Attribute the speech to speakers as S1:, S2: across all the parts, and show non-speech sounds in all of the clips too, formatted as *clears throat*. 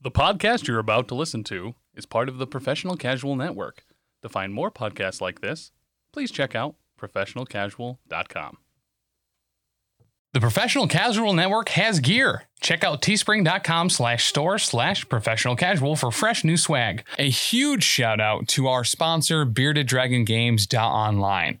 S1: The podcast you're about to listen to is part of the Professional Casual Network. To find more podcasts like this, please check out professionalcasual.com. The Professional Casual Network has gear. Check out teespring.com slash store slash professional casual for fresh new swag. A huge shout out to our sponsor, Bearded Dragon Games Online.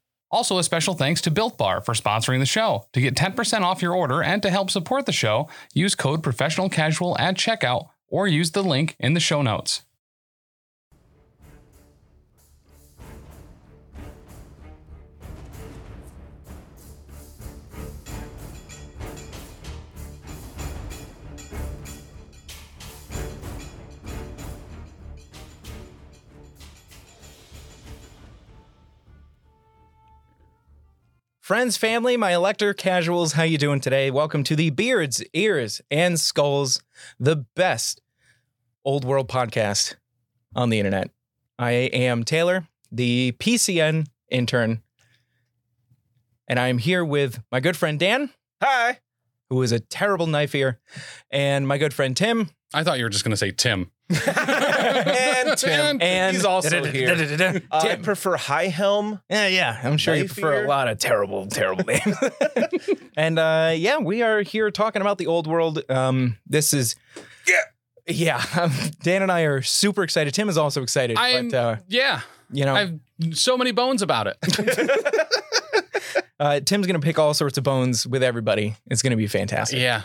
S1: Also, a special thanks to Built Bar for sponsoring the show. To get 10% off your order and to help support the show, use code professional casual at checkout or use the link in the show notes.
S2: Friends, family, my elector casuals, how you doing today? Welcome to the Beards, Ears, and Skulls, the best old world podcast on the internet. I am Taylor, the PCN intern, and I am here with my good friend Dan,
S3: Hi.
S2: who is a terrible knife ear, and my good friend
S3: *laughs*
S2: Tim,
S1: I thought you were just going to say Tim.
S3: and Tim.
S2: and
S3: He's also here. Uh, I
S2: Tim.
S3: prefer High Helm.
S2: Yeah, yeah. I'm sure you
S3: Knife
S2: prefer
S3: ear?
S2: a lot of terrible, terrible *laughs* names. and uh, yeah, we are here talking about the old world. Um, this is yeah, yeah. Dan and I are super excited. Tim is also excited,
S1: I'm-
S2: but uh,
S1: Yeah,
S2: you know,
S1: I have so many bones about it.
S2: uh, Tim's gonna pick all sorts of bones with everybody. It's gonna be
S1: *laughs*
S2: fantastic
S1: yeah.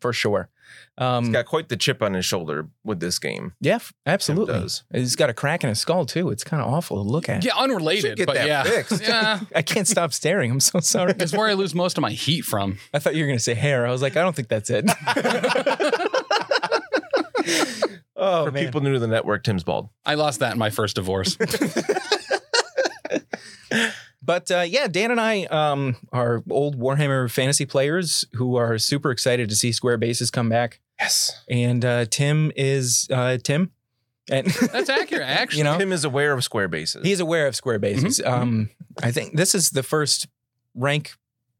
S2: for sure. Um,
S3: He's got quite the chip on his shoulder with this game.
S2: yeah, f- absolutely.
S3: does.
S2: He's got a crack in his skull too. It's kind of awful to look at.
S1: Yeah, unrelated,
S3: Should get
S1: but
S3: that
S1: yeah.
S3: fixed.
S1: Yeah.
S2: I can't stop staring. I'm so *laughs* sorry.
S1: It's where I lose most of my heat from.
S2: I thought you were gonna say hair. I was like, I don't think that's
S3: *laughs*
S2: it. *laughs* oh
S3: For
S2: man.
S3: people new to the network, Tim's bald.
S1: I lost that in my first *laughs* divorce.
S2: But uh, yeah, Dan and I um, are old Warhammer fantasy players who are super excited to see Square Bases come back.
S3: Yes.
S2: And uh, Tim is uh, Tim, and *laughs*
S1: That's accurate, actually.
S2: you know
S3: Tim is aware of square bases.
S2: he's aware of Square Bases. Um, I think this is the first rank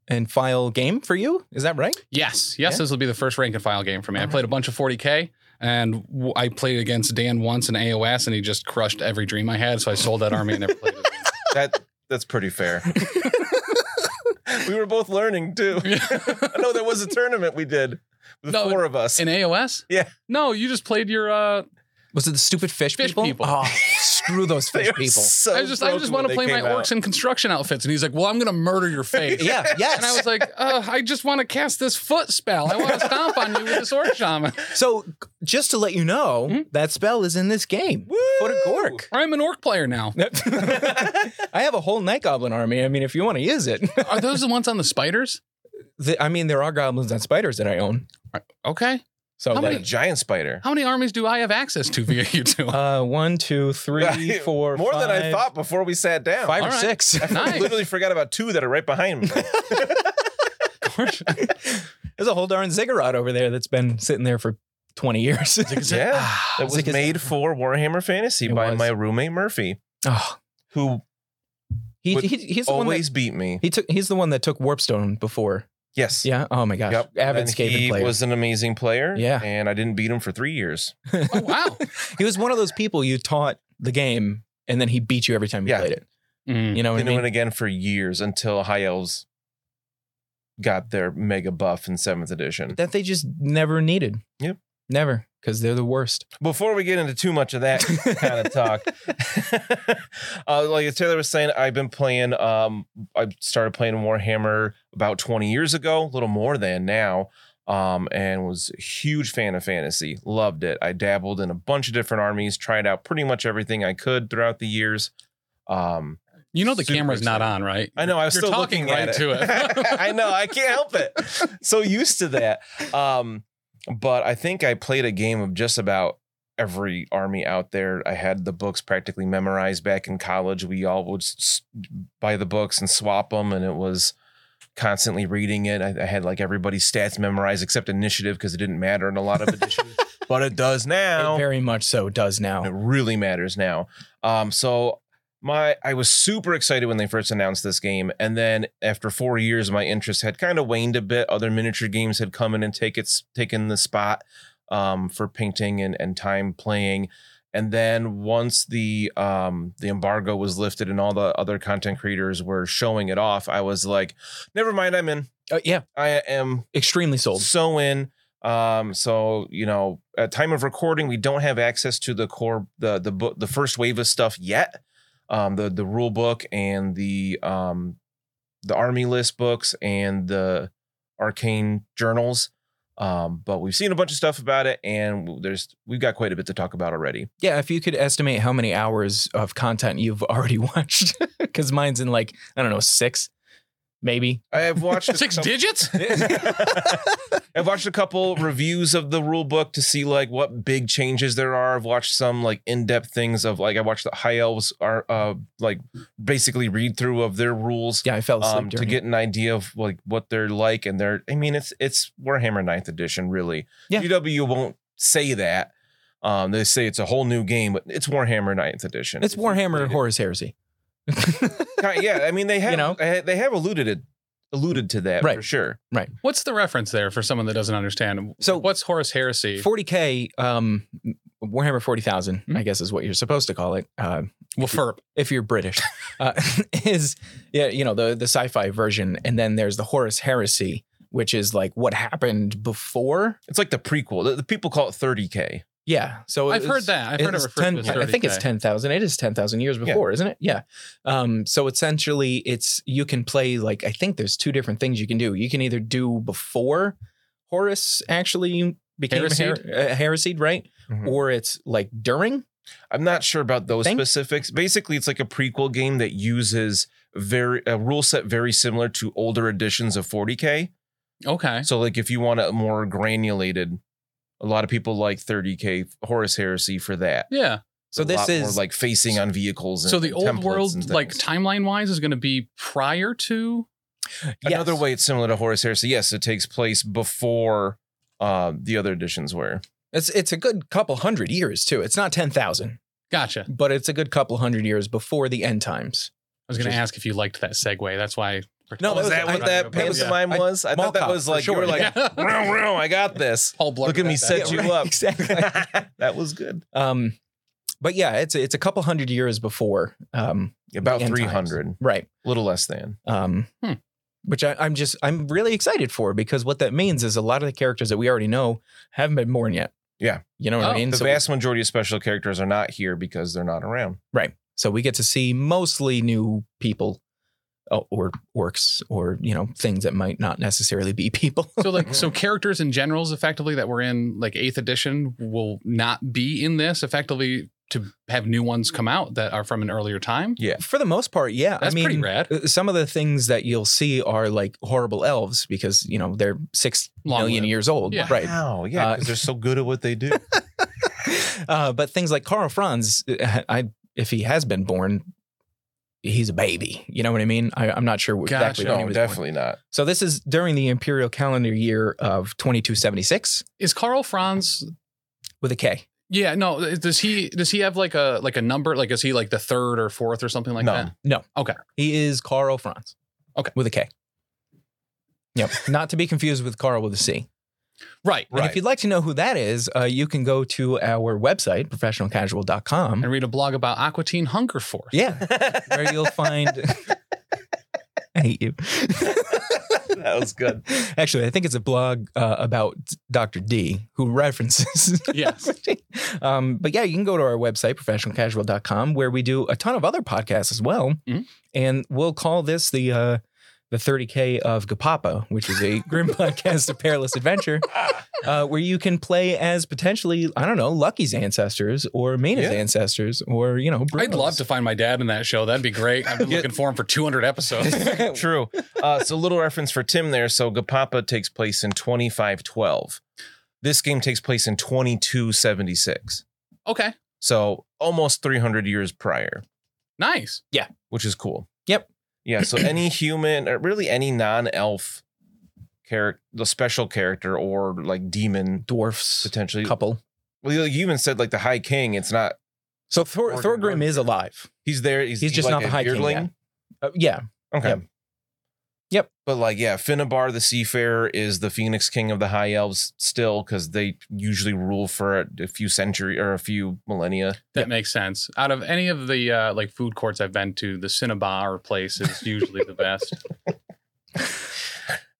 S2: and file game for you. Is that right?
S1: Yes, yes,
S2: Yeah.
S1: this will be the first rank and file game for me. I
S3: Uh-huh.
S2: All
S1: played a bunch of 40k, and w- I played against Dan once in AOS, and he just crushed every dream I had. So I sold that army and never played it.
S3: that that's pretty fair. we were both learning too. *laughs* I know there was a tournament we did. The
S1: No,
S3: four of us.
S1: In AOS?
S3: Yeah.
S1: No, you just played your. uh
S2: Was it the stupid fish,
S1: Fish people.
S2: Oh, screw those
S3: *laughs* They
S2: fish
S3: were
S2: people.
S3: so
S1: I was just, I
S3: broken
S1: just want to
S3: when
S1: play
S3: they
S1: my
S3: came out.
S1: orcs in construction outfits, and he's like, "Well, I'm gonna murder
S3: *laughs*
S1: your face."
S2: Yeah. Yes.
S1: And I was like, uh, I just want to cast this foot spell. I want to stomp on you with this orc shaman.
S2: so just to let you know,
S1: Mhm.
S2: that spell is in this game.
S3: Woo!
S2: What a gork.
S1: I'm an orc player now.
S2: *laughs* I have a whole night goblin army. I mean, if you want to use it,
S1: Are those the ones on the spiders?
S2: The- I mean, there are goblins and spiders that I own.
S1: Okay.
S2: So
S1: How
S3: Like
S2: like,
S3: a giant spider.
S1: How many armies do I have access to via *laughs* YouTube?
S2: uh, one, two,
S3: *laughs*
S2: three, four,
S3: More than I
S2: five-
S3: thought before we sat down.
S2: Five
S1: All
S2: or
S1: right.
S2: six.
S1: nice.
S3: I literally forgot about two that are right behind me.
S2: *laughs* There's a whole darn ziggurat over there that's been sitting there for twenty years.
S3: *laughs* yeah.
S2: Ah,
S3: That was
S2: zig-
S3: made for Warhammer Fantasy
S2: It
S3: by
S2: was.
S3: my roommate Murphy,
S2: *laughs* Oh,
S3: who
S2: he,
S3: Would
S2: he, he's the one that
S3: always beat me.
S2: he took. He's the one that took warpstone before.
S3: Yes.
S2: Yeah. Oh my gosh.
S3: Yep.
S2: Avid
S3: And
S2: skaven
S3: he
S2: player.
S3: was an amazing player.
S2: Yeah.
S3: And I didn't beat him for three years.
S1: oh,
S3: *laughs*
S1: wow.
S2: he was one of those people you taught the game, and then he beat you every time you
S3: Yeah.
S2: played it.
S1: Mm.
S2: You know what I
S3: didn't
S2: mean?
S3: win again for years until High Elves got their mega buff in seventh edition.
S2: that they just never needed.
S3: Yep.
S2: Never, because they're the worst.
S3: Before we get into too much
S2: *laughs*
S3: of that kind of talk, *laughs* uh, like Taylor was saying, I've been playing. Um, I started playing Warhammer about 20 years ago, a little more than now. Um, and was a huge fan of fantasy. Loved it. I dabbled in a bunch of different armies, tried out pretty much everything I could throughout the years. Um,
S1: You know the
S3: Super
S1: camera's not
S3: excited.
S1: on, right?
S3: I know. I was
S1: You're
S3: still
S1: talking
S3: looking at
S1: right to it.
S3: *laughs* I know. I can't help it. So used to that. Um, but I think I played a game of just about every army out there. I had the books practically memorized back in college. We all would s- buy the books and swap them, and it was constantly reading it. I, I had like everybody's stats memorized except initiative because it didn't matter in a lot of
S1: *laughs*
S3: editions, but it does now.
S2: It very much so does now.
S3: It really matters now. Um, so my I was super excited when they first announced this game, and then after four years, my interest had kind of waned a bit. Other miniature games had come in and take its taken the spot um, for painting and, and time playing. And then once the um, the embargo was lifted and all the other content creators were showing it off, I was like, never mind, I'm in.
S2: Uh, yeah,
S3: I am
S2: extremely sold.
S3: so in. Um, so you know, at time of recording, we don't have access to the core the the book the first wave of stuff yet. Um, the the rule book and the um the army list books and the arcane journals. Um, but we've seen a bunch of stuff about it, and there's we've got quite a bit to talk about already.
S2: Yeah, if you could estimate how many hours of content you've *laughs* already watched, because mine's in like I don't know six, maybe.
S3: *laughs* I
S1: *laughs*
S3: have watched a
S1: Six
S3: couple-
S1: digits?
S3: *laughs*
S2: *laughs*
S3: I've watched a couple reviews of the rule book to see like what big changes there are. I've watched some like in-depth things of like I watched the high elves are uh like basically read through of their rules
S2: Yeah, I fell asleep
S3: um to
S2: during
S3: get an idea of like what they're like and they're I mean it's it's Warhammer 9th edition really.
S2: Yeah.
S3: UW won't say that. Um they say it's a whole new game but it's Warhammer 9th edition.
S2: it. It's
S3: If you played
S2: Warhammer
S3: it.
S2: Horus Heresy. *laughs*
S3: Kind- yeah, I mean they have
S2: You know?
S3: eh, they have alluded it alluded to that for
S2: Right.
S3: sure.
S1: What's the reference there for someone that doesn't understand?
S2: So-
S1: what's Horace Heresy?
S2: 40k, um, Warhammer 40,000, I guess is what you're supposed to call it. Uh,
S1: well, FERP.
S2: if you're British, uh, *laughs* is yeah, you know the the sci-fi version, and then there's the Horus Heresy, which is like what happened before.
S3: It's like the prequel. The, the people call it 30k.
S2: Yeah, so
S1: I've
S2: it's-
S1: heard that. I've heard it
S2: it's
S1: referred to as 30K.
S2: I think it's ten thousand. It is ten thousand years
S3: Yeah.
S2: before, isn't it? Yeah. Um, so essentially, it's you can play like I think there's two different things you can do. You can either do before Horus actually became
S1: Heresied?
S2: her- uh, heresied, right?
S1: Hmm.
S3: Mhm.
S2: Or it's like during.
S3: I'm not sure about those
S2: Think-
S3: specifics. Basically, it's like a prequel game that uses very a rule set very similar to older editions of 40k.
S1: Okay.
S3: So, like if you want a more granulated, a lot of people like 30k Horus Heresy for that.
S1: Yeah.
S2: So
S3: A lot
S2: this
S3: more
S2: is
S3: like facing on vehicles. And,
S1: So the
S3: and
S1: old
S3: templates and
S1: world,
S3: things.
S1: like timeline wise, is going to be prior to.
S3: another
S2: yes.
S3: way it's similar to Horus Heresy. Yes, it takes place before uh, the other editions were.
S2: It's it's a good couple hundred years too. It's not ten thousand,
S1: Gotcha. I
S2: but it's a good couple hundred years before the
S1: *laughs*
S2: end times.
S1: was going to ask if you liked that segue. That's why.
S2: No,
S3: Oh,
S2: that
S3: is
S2: was-
S3: that
S2: I-
S3: what
S2: I-
S3: that
S1: yeah.
S3: pantomime
S2: I-
S3: was? I
S2: Mall
S3: thought that
S2: cop,
S3: was
S2: for
S3: like you
S2: sure.
S3: were like, *laughs* "Row, row, I got this. *laughs*
S1: Paul Blart
S3: Look at me
S1: about that.
S3: set you
S1: *laughs*
S3: up.
S2: exactly.
S3: that was good.
S2: um, but yeah, it's it's a couple hundred years before. Um,
S3: About
S2: End times.
S3: 300,
S2: right.
S3: a little less than.
S2: um,
S1: Hmm.
S2: which I, I'm just I'm really excited for because what that means is a lot of the characters that we already know haven't been born yet.
S3: Yeah.
S2: you know what
S1: Oh.
S2: I mean.
S3: The
S2: so,
S3: vast majority of special characters are not here because they're not around.
S2: right, so we get to see mostly new people, uh, or orcs, or you know things that might not necessarily be *laughs* people.
S1: so like so characters and generals effectively that were in like eighth edition will not be in this effectively to have new ones come out that are from an earlier time.
S2: for the most part, yeah.
S1: That's
S2: I mean,
S1: pretty rad.
S2: uh, Some of the things that you'll see are like horrible elves because you know they're six million
S1: Long lived.
S2: years old,
S1: Yeah.
S2: right?
S3: Wow. Yeah.
S2: Uh,
S3: Because they're so good at what they *laughs* do.
S2: uh, but things like Karl Franz, uh, I if he has been born, he's a baby. You know what I mean? I, I'm not sure exactly
S1: Gotcha. Oh,
S2: when he
S3: no,
S2: was born.
S3: definitely *laughs* not.
S2: So this is during the imperial calendar year of 2276
S1: Is Carl Franz?
S2: with a K.
S1: Yeah, no. uh, Does he does he have like a like a number? Like is he like the third or fourth or something like
S3: No.
S1: that?
S2: He is Karl Franz.
S1: Okay.
S2: with a K. Yep, not to be confused with Carl with a C.
S1: Right.
S2: And if
S3: Right.
S2: you'd like to know who that is, uh, you can go to our website, professionalcasual.com.
S1: And read a blog about Aquatine Hunger Force.
S2: Yeah, where you'll
S1: *laughs*
S2: find. *laughs* I hate you. *laughs*
S3: that was good.
S2: Actually, I think it's a blog uh, about Dr. D who references. *laughs*
S1: Yes.
S2: um, but yeah, you can go to our website, professionalcasual.com, where we do a ton of other podcasts as well.
S1: Mhm.
S2: And we'll call this the uh, the 30K of Gapapa, which is a grim podcast of perilous adventure, uh, where you can play as potentially, I don't know, Lucky's ancestors or Mina's
S3: Yeah.
S2: ancestors or, you know,
S1: I'd love to find my dad in that show. That'd be great.
S2: *laughs*
S1: I've been
S3: Yeah.
S1: looking for him for 200 episodes.
S2: to.
S3: *laughs* *laughs* True. Uh, so, little reference for Tim there. So, Gapapa takes place in 2512. This game takes place in 2276.
S1: Okay.
S3: So almost 300 years prior.
S1: Nice.
S3: which is cool.
S2: Yep.
S3: Yeah. So *clears throat* any human, or really any non-elf character, the special character, or like demon
S2: *laughs* Dwarfs
S3: potentially.
S2: couple.
S3: Well, you even said like the High King. It's not.
S2: So Thor,
S3: Thorgrim
S2: Thorgrim is alive.
S3: He's there. He's,
S2: He's just
S3: like
S2: not the
S3: a
S2: High King
S3: beardling.
S2: yet. Uh, yeah,
S3: Okay.
S2: Yep. Yep.
S3: But like, yeah, Finnebar the Seafarer is the Phoenix King of the High Elves still, because they usually rule for a, a few century or a few millennia.
S1: That makes sense. Out of any of the uh, like food courts I've been to, the Cinnabar place is usually the best.
S2: *laughs*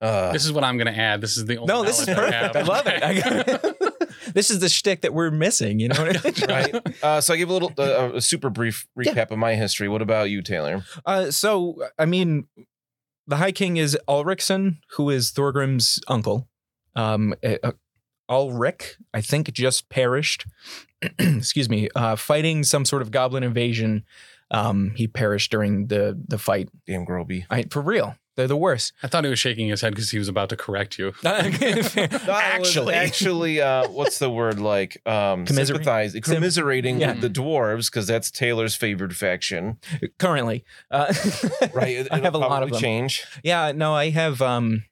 S3: Uh,
S1: This is what I'm going to add. This is the only
S2: no, this is
S1: knowledge
S2: perfect. I
S1: have.
S2: love it. I
S1: *laughs*
S2: *laughs* got- this is the shtick that we're missing. You know what I mean?
S3: right. Uh, so I give a little, uh, a super brief recap of my history. What about you, Taylor?
S2: Uh, so, I mean, the High King is Ulrichson, who is Thorgrim's uncle. Um, uh, uh, Ulrich, I think, just perished. *clears throat* excuse me, uh, fighting some sort of goblin invasion. Um, he perished during the the fight.
S3: Damn, Groby.
S2: I, for real, they're the worst.
S1: *laughs* I thought he was shaking his head because he was about to correct you.
S3: No, I was
S2: *laughs* actually,
S3: actually, uh, what's the word like?
S2: *laughs*
S3: Um,
S2: Commiserate?
S3: sympathizing,
S2: Sim-
S3: commiserating
S1: Yeah.
S3: with the dwarves because that's Taylor's favored faction,
S2: currently, uh, *laughs*
S3: right? It-
S2: I have a
S3: it'll
S2: lot of
S3: probably
S2: them.
S3: change.
S2: Yeah, no, I have. um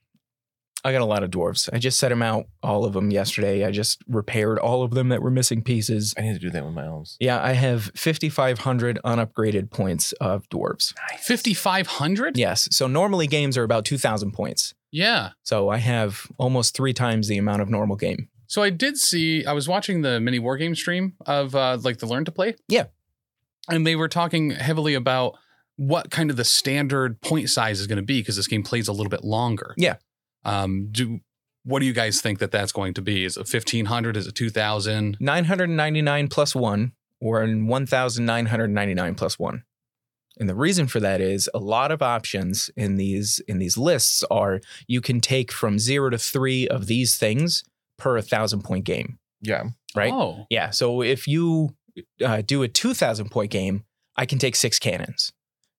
S2: I got a lot of dwarves. I just set them out, all of them yesterday. I just repaired all of them that were missing pieces.
S3: I need to do that with my elves.
S2: Yeah, I have 5,500 unupgraded points of dwarves.
S1: 5,500?
S2: Yes. So normally games are about 2,000 points.
S1: Yeah.
S2: So I have almost three times the amount of normal game.
S1: So I did see. I was watching the mini war game stream of uh, like the learn to play.
S2: Yeah.
S1: and they were talking heavily about what kind of the standard point size is going to be because this game plays a little bit longer.
S2: Yeah.
S1: Um. Do what do you guys think that that's going to be? Is it fifteen hundred? Is it two thousand?
S2: 999 plus one, or in 1,999 plus one. And the reason for that is a lot of options in these in these lists are you can take from zero to three of these things per thousand point game.
S3: Yeah,
S2: Right.
S1: Oh.
S2: Yeah. So if you uh, do a 2,000 point game, I can take six cannons.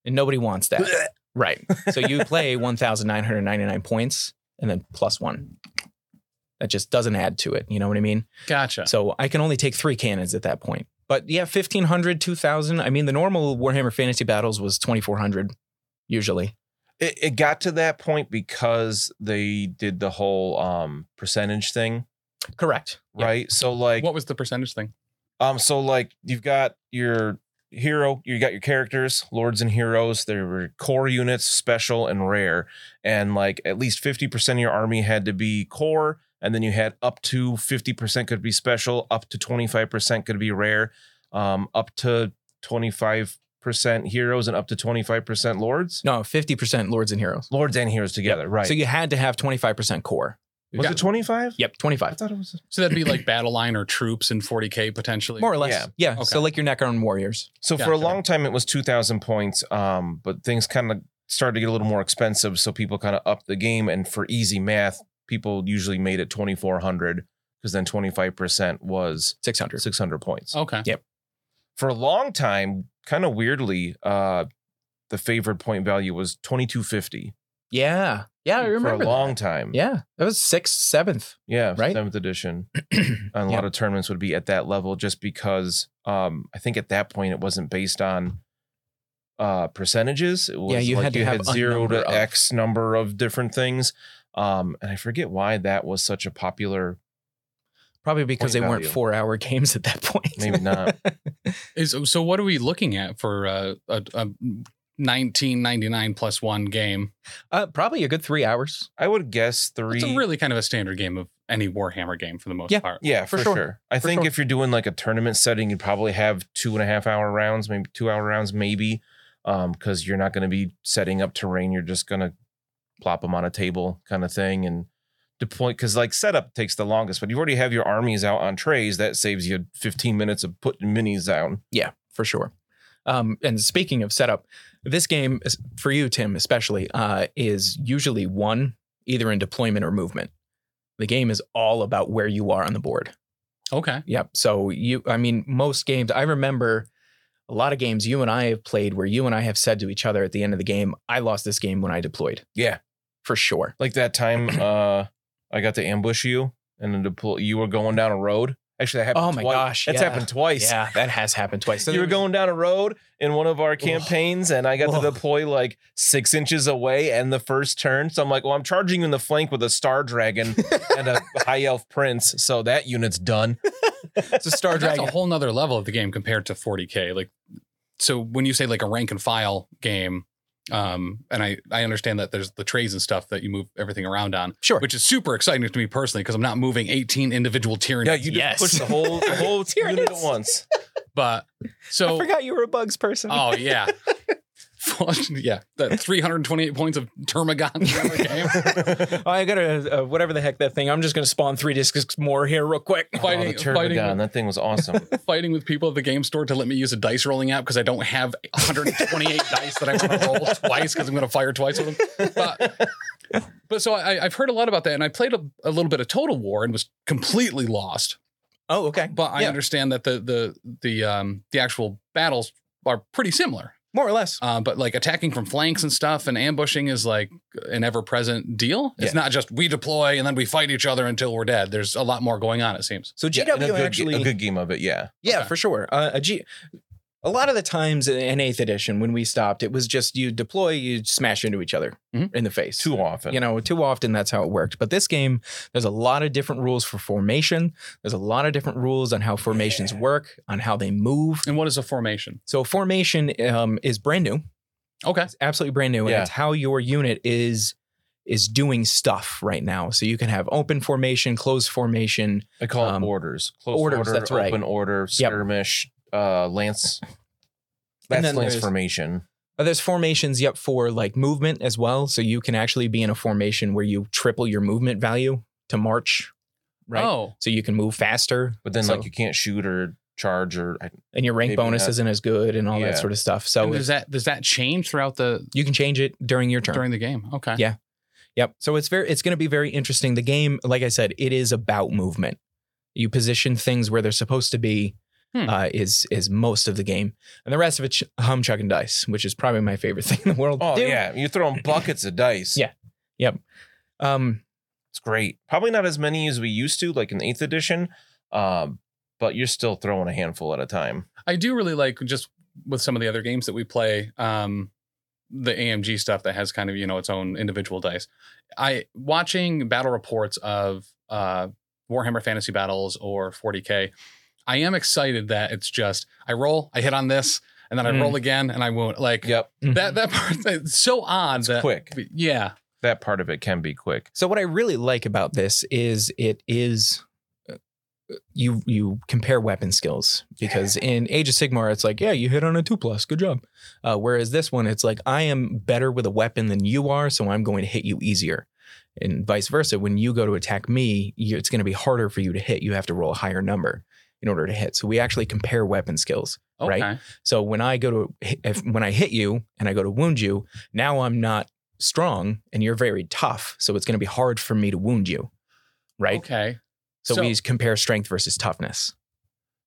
S2: And nobody wants that.
S3: *laughs*
S2: right. So you play 1,999 points and then plus one. That just doesn't add to it. You know what I mean?
S1: Gotcha.
S2: So I can only take three cannons at that point. But yeah, 1,500, 2,000. I mean, the normal Warhammer Fantasy Battles was 2,400 usually.
S3: it, it got to that point because they did the whole um percentage thing,
S2: Correct. Yeah.
S3: right? So like,
S1: what was the percentage thing?
S3: Um, so like you've got your hero, you got your characters, lords and heroes. There were core units, special and rare, and like at least fifty percent of your army had to be core, and then you had up to fifty percent could be special, up to twenty five percent could be rare, um, up to twenty five percent heroes, and up to twenty five percent lords.
S2: No, 50% Lords and Heroes.
S3: Lords and heroes together, right?
S2: So you had to have 25% core.
S3: was it twenty five?
S2: Yep,
S3: I
S2: 25.
S3: thought it was.
S1: So that'd be like battle line or troops in forty k potentially.
S2: More or less.
S3: Yeah.
S2: Yeah.
S1: Okay.
S2: So like your neck on warriors.
S3: So for a
S1: Gotcha.
S3: long time it was 2000 points um but things kind of started to get a little more expensive so people kind of upped the game and for easy math people usually made it 2400 because then 25% was
S2: 600.
S3: 600 points.
S1: Okay.
S3: For a long time kind of weirdly uh the favored point value was 2250
S2: Yeah. Yeah, I
S3: for
S2: remember.
S3: a
S2: that.
S3: long time.
S2: Yeah. That was sixth,
S3: *clears throat*
S2: seventh.
S3: Yeah,
S2: Right?
S3: 7th edition. and a lot of tournaments would be at that level just because um I think at that point it wasn't based on uh percentages. It was
S2: you
S3: like
S2: had to
S3: you
S2: have
S3: had
S2: a
S3: zero
S2: number
S3: to
S2: of-
S3: X number of different things. Um and I forget why that was such a popular
S2: Probably because
S3: Point
S2: they weren't
S3: value.
S2: four hour *laughs* games at that point.
S3: maybe not.
S1: Is so what are we looking at for uh, a a nineteen ninety nine plus one game?
S2: *laughs* uh, probably a good three hours.
S3: I would guess three
S1: It's a really kind of a standard game of any Warhammer game for the most
S2: Yeah.
S1: part.
S3: yeah,
S2: for
S3: for,
S2: sure.
S3: sure. I
S2: For
S3: think
S2: sure.
S3: if you're doing like a tournament setting, you'd probably have two and a half hour rounds, maybe two hour rounds, maybe, because you're not going to be setting up terrain. You're just going to plop them on a table kind of thing and deploy. Because like setup takes the longest, but you already have your armies out on trays. That saves you 15 minutes of putting minis down.
S2: Yeah, for sure. Um, and speaking of setup, this game is- for you, Tim, especially, uh, is usually one either in deployment or movement. The game is all about where you are on the board.
S1: Okay.
S2: Yep. So you, I mean, most games. I remember a lot of games you and I have played where you and I have said to each other at the end of the game, "I lost this game when I deployed."
S3: Yeah.
S2: for sure. *clears throat*
S3: Like that time uh, I got to ambush you and then deploy. You were going down a road. Actually, that happened.
S2: Oh my
S3: twice.
S2: gosh,
S3: that's
S2: yeah.
S3: happened twice.
S2: Yeah, that has happened twice. So
S3: you were
S2: there's-
S3: going down a road in one of
S2: Oh.
S3: our campaigns, and I got
S2: Ugh.
S3: to deploy like six inches away and the first turn. So I'm like, well, I'm charging you in the flank with a
S2: *laughs*
S3: star dragon and a high elf prince. So that unit's done.
S2: It's a *laughs* Star
S1: that's
S2: Dragon.
S1: a whole nother level of the game compared to 40k like so when you say like a rank and file game um and i i understand that there's the trays and stuff that you move everything around on
S2: sure.
S1: which is super exciting to me personally because i'm not moving 18 individual tyrannies
S3: Yeah, you just
S2: Yes.
S3: pushed the whole
S2: *laughs*
S3: the whole unit at
S2: Tyrannus. *laughs*
S3: once.
S1: but
S2: I
S1: so
S2: forgot you were a bugs person.
S1: oh yeah *laughs* yeah that 328 points of
S2: *laughs*
S1: termagon game
S2: *laughs* Oh, I got a uh, whatever the heck that thing. I'm just gonna spawn three discs more here real quick.
S3: oh,
S1: fighting
S3: the
S1: fighting
S3: Turbogon, that thing
S2: *laughs*
S3: was awesome.
S1: fighting with people at the game store to let me use a dice rolling app because I don't have 128 dice that I want to roll twice because I'm going to fire twice with them. But, but so I, I've heard a lot about that, and I played a, a little bit of Total War and was completely lost.
S2: Oh, okay.
S1: But I
S2: Yeah.
S1: understand that the the the um the actual battles are pretty similar.
S2: More or less.
S1: Uh, but like attacking from flanks and stuff and ambushing is like an ever present deal. It's
S3: Yeah.
S1: not just we deploy and then we fight each other until we're dead. There's a lot more going on. It seems.
S2: So
S3: Yeah,
S2: GW
S3: and a good, ge-
S2: actually,
S3: a good game of it. Yeah,
S2: yeah,
S1: okay.
S2: for sure. Uh, a G. A lot of the times in eighth edition when we stopped, it was just you deploy, you smash into each other
S1: Mhm.
S2: in the face.
S3: Mm-hmm. too often.
S2: You know, too often that's how it worked. But this game, there's a lot of different rules for formation. There's a lot of different rules on how formations work, on how they move.
S1: And what is a formation?
S2: So formation um, is brand new.
S1: Okay.
S2: It's absolutely brand new, and
S3: Yeah.
S2: it's how your unit is is doing stuff right now. So you can have open formation, closed formation.
S3: I call
S2: Um,
S3: it orders. Close
S2: orders,
S3: order,
S2: that's right.
S3: open order, skirmish, uh, lance.
S2: And
S3: That's
S2: then
S3: lance
S2: there's-
S3: formation.
S2: Uh, There's formations yet for like movement as well. So you can actually be in a formation where you triple your movement value to march, right?
S1: Oh.
S2: So you can move faster.
S3: But then,
S2: So-
S3: like, you can't shoot or charge or I,
S2: and your rank
S3: Maybe
S2: bonus
S3: not.
S2: isn't as good and all
S3: Yeah.
S2: that sort of stuff. So
S1: And
S2: Oh, it-
S1: does that does that change throughout the
S2: you can change it during your turn.
S1: during the game? Okay.
S2: Yeah. Yep. So it's very it's going to be very interesting. The game, like I said, it is about movement. You position things where they're supposed to be.
S1: Hmm.
S2: Uh, is is most of the game, and the rest of it ch- hum chuck and dice, which is probably my favorite *laughs* thing in the world. to
S3: Oh
S2: do.
S3: yeah, you're throwing buckets of dice.
S2: Yeah. Um.
S3: it's great. Probably not as many as we used to, like in eighth edition. Um, but you're still throwing a handful at a time.
S1: I do really like just with some of the other games that we play, um, the AMG stuff that has kind of you know its own individual dice. I watching battle reports of uh, Warhammer Fantasy Battles or 40k. I am excited that it's just I roll, I hit on this, and then I
S2: Mm.
S1: roll again, and I won't like
S3: Yep,
S1: that. *laughs* That part it's so odd that
S3: quick.
S1: yeah.
S3: That part of it can be quick.
S2: So what I really like about this is it is uh, you you compare weapon skills because in Age of Sigmar it's like yeah you hit on a two plus good job, uh, whereas this one it's like I am better with a weapon than you are so I'm going to hit you easier, and vice versa when you go to attack me you, it's going to be harder for you to hit you have to roll a higher number in order to hit so we actually compare weapon skills
S1: Okay.
S2: Right. so when I go to if, when I hit you and I go to wound you, now I'm not strong and you're very tough, so it's going to be hard for me to wound you, right?
S1: Okay.
S2: So,
S1: so-
S2: we compare strength versus toughness.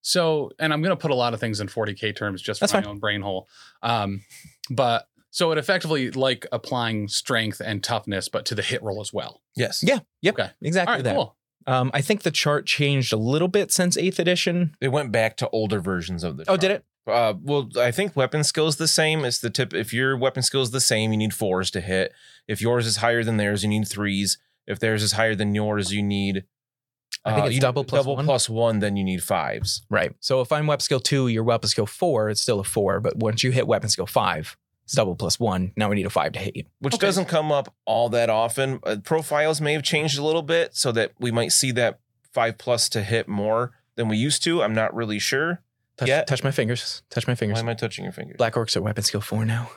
S1: So, and I'm going to put a lot of things in 40k terms just
S2: That's
S1: for my
S2: fine.
S1: own brain hole. Um, but so it effectively like applying strength and toughness, but to the hit roll as well.
S3: Yes.
S2: Yeah. Yep.
S1: Okay.
S2: Exactly
S1: All right,
S2: that.
S1: cool.
S2: Um, I think the chart changed a little bit since eighth edition.
S3: They went back to older versions of the.
S2: Oh, did it?
S3: Uh, well, I think weapon skill is the same. It's the tip. If your weapon skill is the same, you need fours to hit. If yours is higher than theirs, you need threes. If theirs is higher than yours, you need. uh,
S2: I think it's
S3: you-
S2: double plus
S3: double
S2: one.
S3: plus one. Then you need fives.
S2: Right. So if I'm weapon skill two, your weapon skill four, it's still a four. But once you hit weapon skill five, it's double plus one. Now we need a five to hit you.
S3: which
S1: Okay.
S3: doesn't come up all that often. Uh, profiles may have changed a little bit so that we might see that five plus to hit more than we used to. I'm not really sure.
S2: Touch,
S3: Yeah.
S2: touch my fingers. Touch my
S3: Why
S2: fingers.
S3: am I touching your fingers?
S2: Black orcs are weapon skill four now.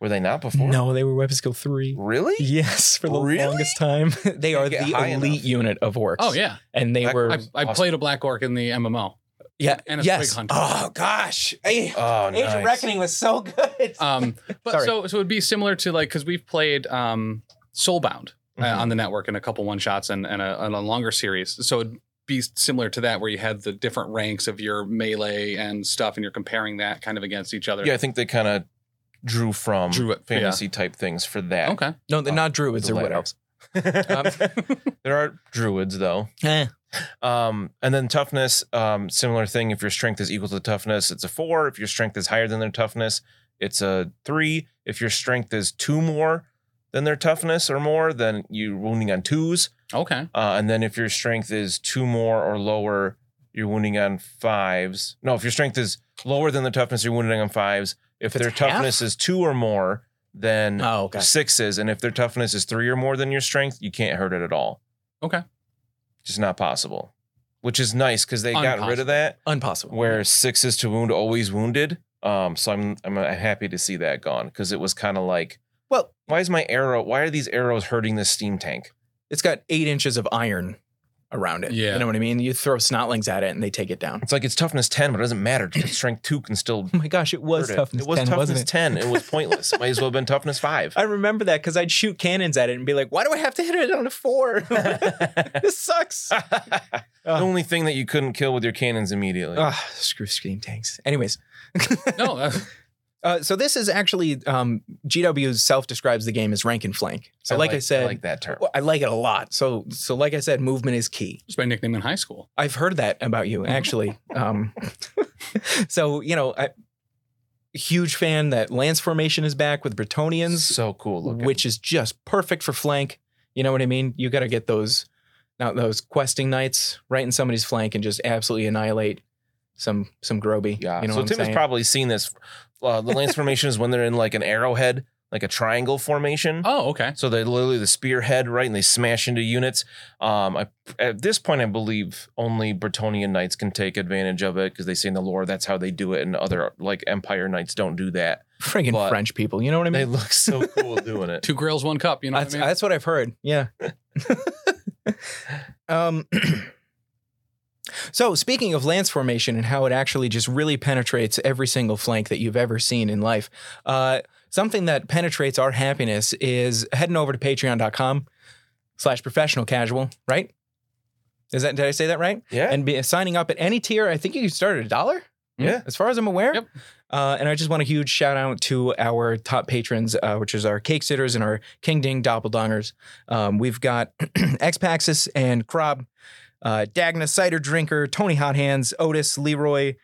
S3: Were they not before?
S2: No, they were weapon skill three.
S3: Really?
S2: Yes, for the
S3: Really?
S2: longest time. *laughs* they are the
S3: get high
S2: elite
S3: enough.
S2: unit of orcs.
S1: Oh yeah.
S2: And they
S3: Black-
S2: were
S1: I, I
S3: Awesome.
S1: played a black orc in the MMO.
S2: yeah,
S1: and a
S2: yes.
S1: twig
S2: *laughs*
S1: hunter.
S2: Oh gosh. Hey,
S3: Oh,
S2: Age of
S3: nice. Mm-hmm.
S2: Reckoning was so good.
S1: Um, but
S2: Sorry.
S1: so, so it would be similar to like, cause we've played, um, Soulbound uh,
S2: Mm-hmm.
S3: Mhm.
S1: on the network and a couple one shots and, and, a, and a longer series. So it'd be similar to that where you had the different ranks of your melee and stuff and you're comparing that kind of against each other.
S3: Yeah, I think they kind of drew from
S1: Drew it, yeah.
S3: fantasy type things for that.
S1: Okay.
S2: no, they're
S3: uh,
S2: not druids Um,
S3: the
S2: or what
S3: *laughs* latter.
S2: else.
S3: there are druids though. Um, and then toughness, um, similar thing. If your strength is equal to toughness, it's a four. If your strength is higher than their toughness, it's a three. If your strength is two more than their toughness or more, then you're wounding on twos.
S1: Okay.
S3: Uh, and then if your strength is two more or lower, you're wounding on fives. No, if your strength is lower than the toughness, you're wounding on fives. If,
S2: If
S3: their
S2: it's half?
S3: toughness is two or more, then
S2: Oh, okay.
S3: sixes. And if their toughness is three or more than your strength, you can't hurt it at all.
S1: Okay.
S3: Just not possible, which is nice because they got rid
S1: Unpossible.
S3: of that
S2: Unpossible.
S3: where sixes to wound always wounded. Um, so I'm I'm happy to see that gone because it was kind of like,
S2: Well-
S3: why is my arrow? Why are these arrows hurting this steam tank?
S2: it's got eight inches of iron around it.
S1: Yeah.
S2: You know what I mean? You throw snotlings at it and they take it down. *laughs*
S3: It's like it's toughness ten, but it doesn't matter. because strength two can still
S2: Oh my gosh, *laughs* it was
S3: hurt it.
S2: toughness
S3: It was
S2: 10,
S3: toughness
S2: wasn't it?
S3: ten. It was
S2: *laughs*
S3: pointless. Might as well have been toughness five.
S2: I remember that because I'd shoot cannons at it and be like, why do I have to hit it on a
S3: *laughs*
S2: four? *laughs* this sucks.
S3: the only thing that you couldn't kill with your cannons immediately.
S2: Ah, screw steam tanks. Anyways,
S1: No, that's-
S2: uh, so this is actually um, GW self describes the game as rank and flank. So, like, I said,
S3: I like that term.
S2: well, I like it a lot. So, so like I said, movement is key.
S1: that's my nickname in high school.
S2: I've heard that about
S3: Mm-hmm.
S2: you, actually. um, *laughs* so you know, I, huge fan that Lance Formation is back with Bretonians,
S3: so cool looking.
S2: which is just perfect for flank. You know what I mean? You got to get those, now those questing knights right in somebody's flank and just absolutely annihilate some some groby.
S3: yeah.
S2: you know
S3: so
S2: what
S3: Tim
S2: I'm
S3: has
S2: saying?
S3: probably seen this. Uh,
S2: *laughs*
S3: the lance formation is when they're in like an arrowhead, like a triangle formation.
S1: Oh, okay.
S3: So they literally the spearhead right, and they smash into units. Um, I, at this point, I believe only Bretonian knights can take advantage of it because they say in the lore that's how they do it, and other like Empire knights don't do that.
S2: friggin'
S3: but-
S2: French people. You know what I
S3: They
S2: mean?
S3: look so cool *laughs* doing it.
S1: Two girls, one cup. You know
S2: that's
S1: what I mean?
S2: that's what I've heard.
S1: *laughs*
S2: Yeah. um. *clears throat* So, speaking of lance formation and how it actually just really penetrates every single flank that you've ever seen in life, uh, something that penetrates our happiness is heading over to patreon.com slash professional casual, right? Is that, did I say that right?
S3: Yeah.
S2: And be, signing up at any tier, I think you can start at a dollar.
S3: Yeah.
S2: As far as I'm aware.
S1: Yep.
S2: Uh, and I just want a huge shout out to our top patrons, uh, which is our cake sitters and our King Ding Doppeldongers. Um, we've got *clears throat* Expaxis and Krob, uh, Dagna Cider Drinker, Tony Hot Hands, Otis, Leroy,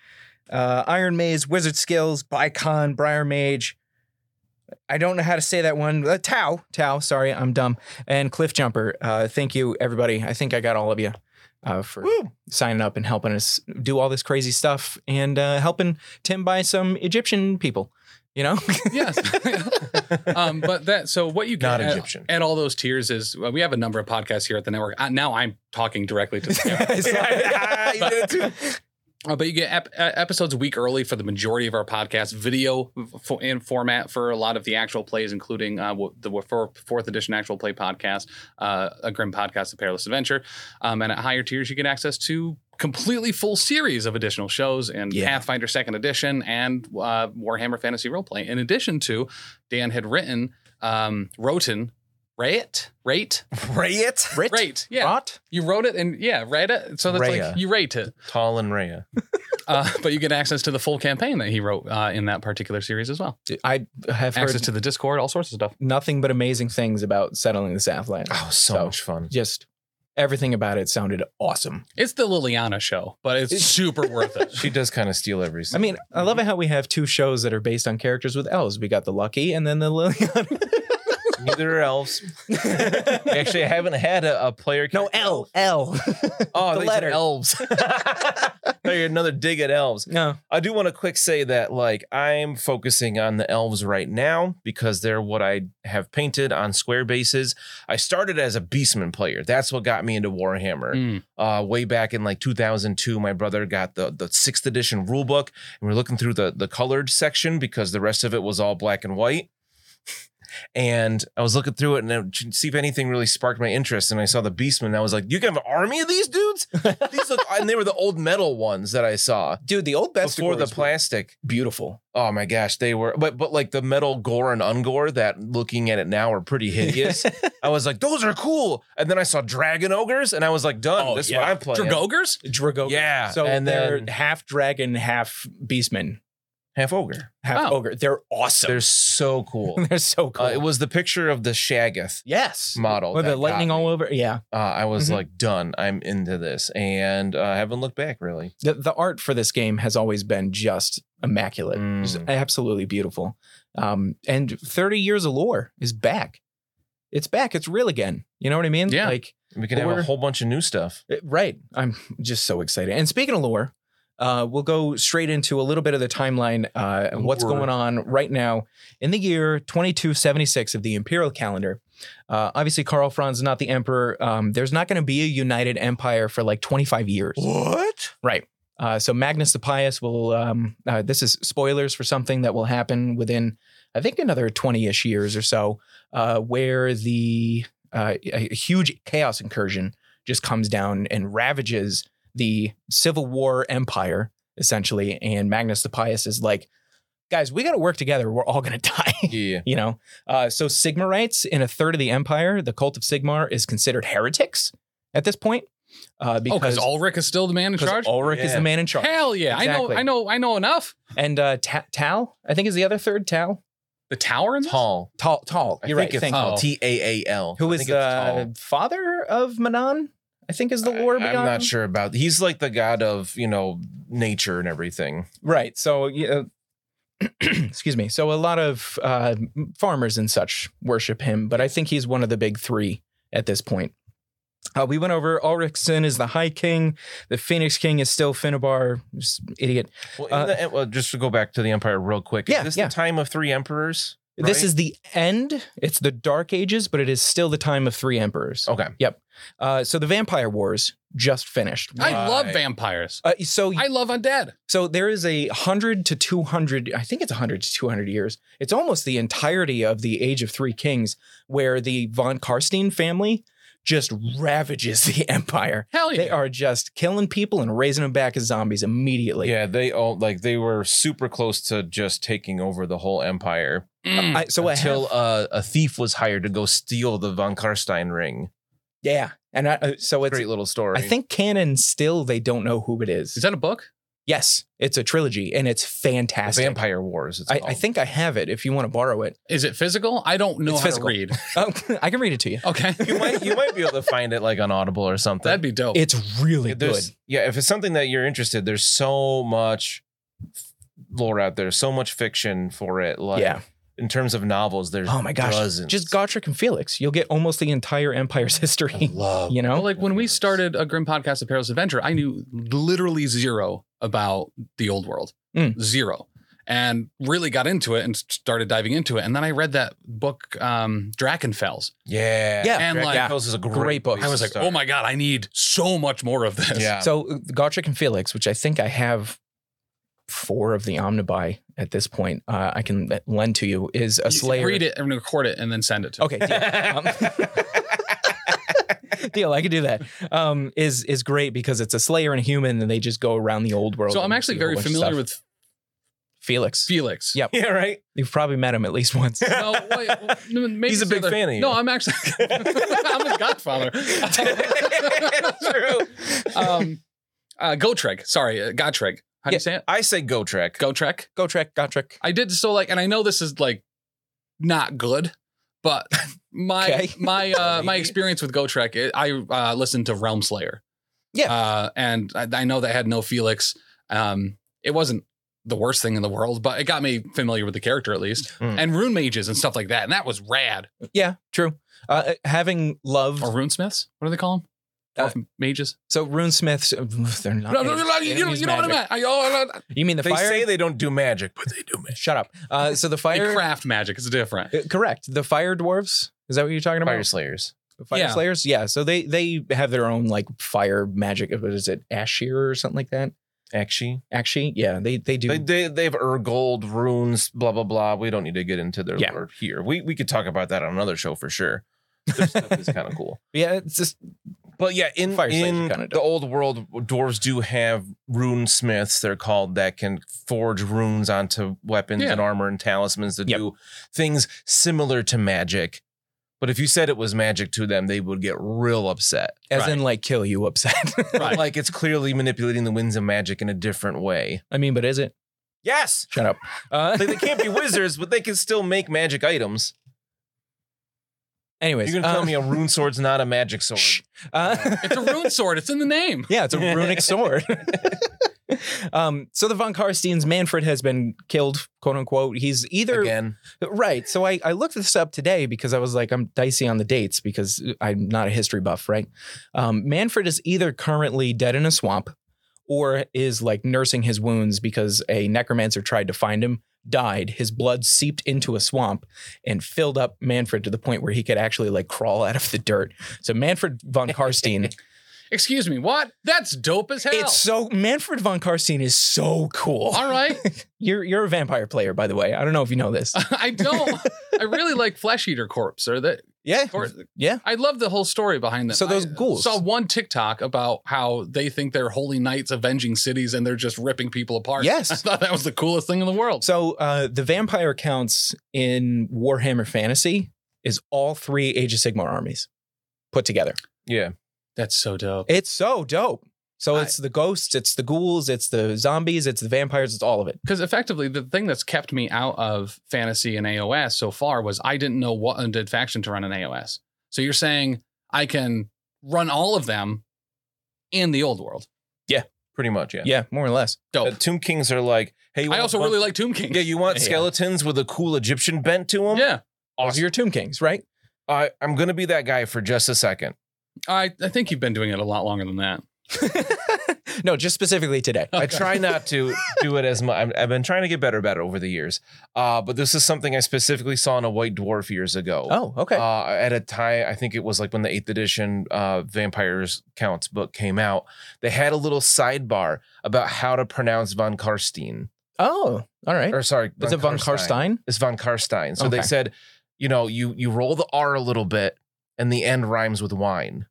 S2: uh, Iron Maze, Wizard Skills, Bicon, Briar Mage. I don't know how to say that one. Uh, Tau, Tau. Sorry, I'm dumb. And Cliff Jumper. Uh, thank you, everybody. I think I got all of you uh, for
S3: Woo!
S2: signing up and helping us do all this crazy stuff and uh, helping Tim buy some Egyptian people. You know, *laughs*
S1: yes. *laughs* um, but that so what you
S3: Not
S1: get at,
S3: Egyptian.
S1: at all those tiers is well, we have a number of podcasts here at the network. Uh, now I'm talking directly to the camera.
S2: Sorry. "Ah,
S3: You did it too.
S1: Uh, but you get ep- uh, episodes a week early for the majority of our podcast, video f- in format for a lot of the actual plays, including uh, w- the w- for- fourth edition actual play podcast, uh, a grim podcast, a perilous adventure. Um, and at higher tiers, you get access to completely full series of additional shows and
S2: Yeah.
S1: Pathfinder Second Edition and uh, Warhammer Fantasy Roleplay. In addition to, Dan had written, um, Roten, Rate, Rate,
S3: Rayet.
S2: Brit,
S1: Rate. Yeah,
S2: Rot?
S1: you wrote it and yeah, read it. So that's
S3: Raya.
S1: like you rate it
S3: Tall and Raya.
S1: uh, *laughs* but you get access to the full campaign that he wrote uh, in that particular series as well.
S2: I have heard
S1: access to the Discord, all sorts of stuff.
S2: nothing but amazing things about settling this Southland.
S3: Oh, so,
S2: So-
S3: much fun.
S2: Just everything about it sounded awesome.
S1: It's the Liliana show, but it's, super worth *laughs* it.
S3: She does kind of steal every.
S2: I mean, I love it how we have two shows that are based on characters with elves. We got the Lucky and then the Liliana.
S3: neither
S2: *laughs*
S3: are elves. Actually, I haven't had a, a player.
S2: no,
S3: character-
S2: L, L.
S3: Oh,
S2: the
S3: the
S2: letter.
S3: letter elves. *laughs* They're another dig at
S2: *laughs*
S3: elves.
S2: no.
S3: I do want to quick say that like I'm focusing on the elves right now because they're what I have painted on square bases. I started as a beastman player. That's what got me into Warhammer.
S1: Mm.
S3: Uh, way back in like 2002, my brother got the the sixth edition rule book, and we are looking through the the colored section because the rest of it was all black and white. And I was looking through it and I would see if anything really sparked my interest. And I saw the Beastmen. And I was like, "You can have an army of these dudes? These look." and they were the old metal ones that I saw
S2: Dude, the old best
S3: before the plastic.
S2: beautiful.
S3: Oh my gosh, they were. But but like the metal gore and ungore that, looking at it now, are pretty
S1: *laughs*
S3: hideous. I was like, "Those are cool." And then I saw dragon ogres, and I was like, "Done.
S1: Oh,
S3: this
S1: yeah.
S3: is what I'm playing."
S1: Dragogers?
S2: Drago.
S3: Yeah.
S2: So
S3: Uh, and
S2: they're
S3: then
S2: half dragon, half beastman.
S3: half ogre.
S2: Half
S1: Oh.
S2: ogre. They're awesome.
S3: They're so cool.
S2: *laughs*
S3: *laughs*
S2: They're, so cool.
S3: Uh, it was the picture of the Shagath
S2: yes.
S3: model.
S2: With
S3: that
S2: the lightning
S3: got me.
S2: all over. Yeah.
S3: Uh, I was
S2: Mhm.
S3: like, done. I'm into this, and uh, I haven't looked back really.
S2: The, the art for this game has always been just immaculate.
S3: Mm.
S2: Just absolutely beautiful. Um, and 30 years of lore is back. It's back. It's real again. You know what I mean?
S1: Yeah.
S2: Like,
S3: We can have
S2: Or-
S3: a whole bunch of new stuff.
S2: it- Uh, right. I'm just so excited. And speaking of lore, uh, we'll go straight into a little bit of the timeline uh, and what's
S3: Lore.
S2: going on right now in the year 2276 of the imperial calendar. Uh, obviously, Karl Franz is not the emperor. Um, there's not going to be a united empire for like 25 years.
S3: What?
S2: Right. Uh, so Magnus the Pious will. Um, uh, this is spoilers for something that will happen within, I think, another twenty-ish years or so, uh, where the uh, a a huge chaos incursion just comes down and ravages the civil war empire essentially, and Magnus the Pious is like, guys, we got to work together. We're all gonna *laughs* die.
S3: Yeah.
S2: You know, uh, so Sigmarites in a third of the empire, the cult of Sigmar is considered heretics at this point, uh,
S1: Oh, because
S2: because
S1: Ulrich is still the man in charge.
S2: because Ulrich is
S3: Yeah.
S2: the man in charge.
S1: Hell yeah!
S2: Exactly.
S1: I know. I know. I know enough.
S2: And uh, Ta- Tal, I think is the other third Tal.
S1: The tower in this?
S3: Tall.
S2: Tal, Tal.
S3: I
S2: You're
S3: think
S2: right.
S3: it's
S2: Thank
S1: Tal.
S2: you.
S3: tall. T A A L.
S2: Who
S3: I
S2: is
S3: think it's tall.
S2: the father of Manon? I think is the
S3: I-
S2: lore beyond.
S3: I'm not sure about. He's like the god of you know nature and everything.
S2: Right. So, yeah, uh, *clears throat* excuse me. So a lot of uh, farmers and such worship him, but I think he's one of the big three at this point. Uh, we went over Ulrichson is the High King. The Phoenix King is still Finnebar. Just idiot.
S3: Well, in
S2: Uh,
S3: the, well, just to go back to the empire real quick.
S2: Yeah,
S3: Is this
S2: yeah.
S3: the time of three emperors?
S2: This
S3: Right.
S2: is the end. It's the Dark Ages, but it is still the time of three emperors.
S3: Okay.
S2: Uh, so the Vampire Wars just finished.
S1: I love
S3: Right.
S1: vampires.
S2: Uh, so
S1: I love undead.
S2: so there is a 100 to 200 I think it's 100 to 200 years. It's almost the entirety of the Age of Three Kings where the von Karstein family just ravages *laughs* the empire.
S1: Hell yeah!
S2: They are just killing people and raising them back as zombies immediately.
S3: yeah, they all like they were super close to just taking over the whole empire
S1: Mm.
S2: I, so a half-
S3: until uh, a thief was hired to go steal the von Karstein ring.
S2: yeah, and I, uh, so it's
S3: Great little story.
S2: I think canon still they don't know who it is.
S1: is that a book?
S2: yes, it's a trilogy and it's
S3: The
S2: fantastic.
S3: Vampire Wars. It's
S2: I, I
S3: called.
S2: think I have it if you want to borrow it.
S1: Is it physical? I don't know
S2: It's
S1: how
S2: physical.
S1: to read.
S2: Oh, *laughs* I can read it to you.
S1: *laughs* Okay,
S3: you might you might be able to find it like on Audible or something.
S1: That'd be dope.
S2: It's really
S3: There's-
S2: good.
S3: Yeah, if it's something that you're interested, there's so much f- lore out there, so much fiction for it. Like
S2: yeah.
S3: in terms of novels, there's
S2: Oh my gosh.
S3: dozens.
S2: Just Gotrek and Felix. You'll get almost the entire Empire's *laughs*
S3: I
S2: history.
S3: love
S2: You know?
S1: Well, like when we started a grim podcast, Apparel's Adventure, I knew literally zero about the old world,
S2: Mm.
S1: zero, and really got into it and started diving into it. And then I read that book, um, Drakenfels.
S3: yeah
S2: Yeah.
S1: And,
S3: Dragon
S1: like-
S3: Tales is a great,
S2: Great book.
S3: place
S1: I was
S3: to
S1: like,
S3: start.
S1: oh my god, I need so much more of this.
S3: yeah.
S2: So Gotrek and Felix, which I think I have four of the Omnibuy at this point, uh, I can lend to you, is a
S1: You
S2: Slayer.
S1: Read it and record it and then send it to. me.
S2: Okay.
S1: *laughs*
S2: Deal.
S3: *laughs*
S2: Um, *laughs* deal, I can do that. Um, is is great because it's a Slayer and a human, and they just go around the old world.
S1: So I'm
S2: and
S1: actually
S2: do a whole
S1: very
S2: bunch of
S1: familiar
S2: stuff.
S1: with
S2: Felix.
S1: Felix.
S2: Yeah.
S3: *laughs* yeah, right.
S2: You've probably met him at least once.
S1: *laughs* No,
S3: *laughs*
S1: wait, *laughs* well, no, maybe
S3: He's a
S1: it's
S3: big
S1: other-
S3: fan of you.
S1: No, I'm actually. *laughs* I'm his godfather.
S2: *laughs*
S3: True.
S1: um, uh, Gotrek. Sorry, uh, Gotrek. How do
S2: Yeah.
S1: you say it?
S3: I say go Trek.
S1: Gotrek.
S2: Gotrek, Gotrek.
S1: I did so like, and I know this is like not good,
S2: *laughs*
S1: but my
S2: Okay.
S1: my
S2: *laughs*
S1: uh, my
S3: Maybe.
S1: experience with Gotrek, it, I uh, listened to Realm Slayer.
S2: Yeah.
S1: uh, and I, I know that had no Felix. Um, it wasn't the worst thing in the world, but it got me familiar with the character at least,
S3: Mm.
S1: and rune mages and stuff like that, and that was rad.
S2: Yeah, true. Uh, having loved
S1: Or runesmiths? What do they call them?
S2: Uh,
S1: mages?
S2: So runesmiths, *laughs* uh, they're not.
S1: No, no, no, no, you,
S2: they
S1: you know,
S2: use
S1: you know what I
S2: magic.
S1: meant. I, oh, I- I-
S2: You mean the
S3: They
S2: fire?
S3: say they don't do magic, but they do magic.
S2: Shut up.
S1: *laughs*
S2: Uh, so the
S1: they
S2: fire.
S1: craft magic. It's different.
S2: *laughs* Uh, correct. The fire dwarves. Is that what you're talking about?
S3: Fire Slayers.
S2: Fire
S1: Yeah.
S2: slayers. Yeah. So they they have their own like fire magic. What is it? Ashir or something like that.
S3: Actually,
S2: Actually, yeah. They they do.
S3: they, they they have Urgold runes, blah blah blah. We don't need to get into their
S2: Yeah.
S3: lore here. We we could talk about that on another show for sure. *laughs* Their stuff is kind of cool.
S2: yeah. It's just
S3: But yeah, in,
S2: Fire Slayers
S3: in
S2: are kinda
S3: the old world, dwarves do have rune smiths, they're called, that can forge runes onto weapons
S1: Yeah.
S3: and armor and talismans to
S2: Yep.
S3: do things similar to magic. But if you said it was magic to them, they would get real upset.
S2: as
S1: Right.
S2: in like kill you upset. *laughs*
S1: Right.
S3: Like it's clearly manipulating the winds of magic in a different way.
S2: I mean, but is it?
S3: Yes.
S2: Shut up. Uh,
S3: Like, they can't be wizards, but they can still make magic items.
S2: *laughs*
S3: Uh,
S2: anyways,
S3: You're gonna tell
S2: um,
S3: me a rune sword's not a magic *laughs* sword.
S2: shh. *laughs* Uh,
S1: *laughs* It's a rune sword. It's in the name.
S2: Yeah, it's a runic sword. *laughs* um, so the von Karstein's Manfred has been killed, quote unquote. He's either
S3: Again.
S2: right. So I, I looked this up today because I was like, I'm dicey on the dates because I'm not a history buff, right? Um, Manfred is either currently dead in a swamp or is like nursing his wounds because a necromancer tried to find him, died. His blood seeped into a swamp and filled up Manfred to the point where he could actually like crawl out of the dirt. So Manfred von Karstein
S1: Excuse me. What? That's dope as hell.
S2: It's so Manfred von Karstein is so cool. *laughs*
S1: All right.
S2: You're you're a vampire player, by the way. I don't know if you know
S3: *laughs*
S2: this.
S1: I don't. I really like Flesh Eater Corpse or that.
S2: Yeah,
S1: Or,
S2: yeah.
S1: I love the whole story behind that.
S2: So those
S1: I
S2: ghouls.
S1: Saw one TikTok about how they think they're holy knights avenging cities and they're just ripping people apart.
S2: *laughs*
S1: *laughs*
S2: Yes.
S1: I thought that was the coolest thing in the world.
S2: So uh, the vampire counts in Warhammer Fantasy is all three Age of Sigmar armies put together.
S3: Yeah.
S1: That's so dope.
S2: It's so dope. So
S1: I-
S2: it's the ghosts, it's the ghouls, it's the zombies, it's the vampires, it's all of it.
S1: Because effectively, the thing that's kept me out of fantasy and AOS so far was I didn't know what undead faction to run in AOS. So you're saying I can run all of them in the old world?
S3: Pretty much. Yeah.
S2: Yeah, more or less.
S3: Uh,
S1: Dope.
S3: Tomb Kings are like, hey, you
S1: I
S3: want
S1: also
S3: fun-
S1: really like Tomb King.
S3: Yeah, you
S2: *laughs*
S3: want
S2: Yeah.
S3: skeletons with a cool Egyptian bent to
S1: *laughs*
S3: them?
S1: yeah.
S2: Those are your Tomb Kings,
S3: *laughs*
S2: right? *laughs*
S3: I, I'm gonna be that guy for just a second.
S1: I, I think you've been doing it a lot longer than that.
S2: no, just specifically today.
S3: I try not to do it as much. I've been trying to get better about it over the years. Uh, but this is something I specifically saw in a White Dwarf years ago.
S2: *laughs* Oh, okay.
S3: Uh, at a time, I think it was like when the eighth edition uh, Vampires Counts book came out, they had a little sidebar about how to pronounce Von Karstein.
S2: oh, all right.
S3: Or sorry,
S2: Is it von Karstein?
S3: It's Von Karstein. So they
S2: Okay.
S3: said, you know, you you roll the R a little bit and the end rhymes with wine.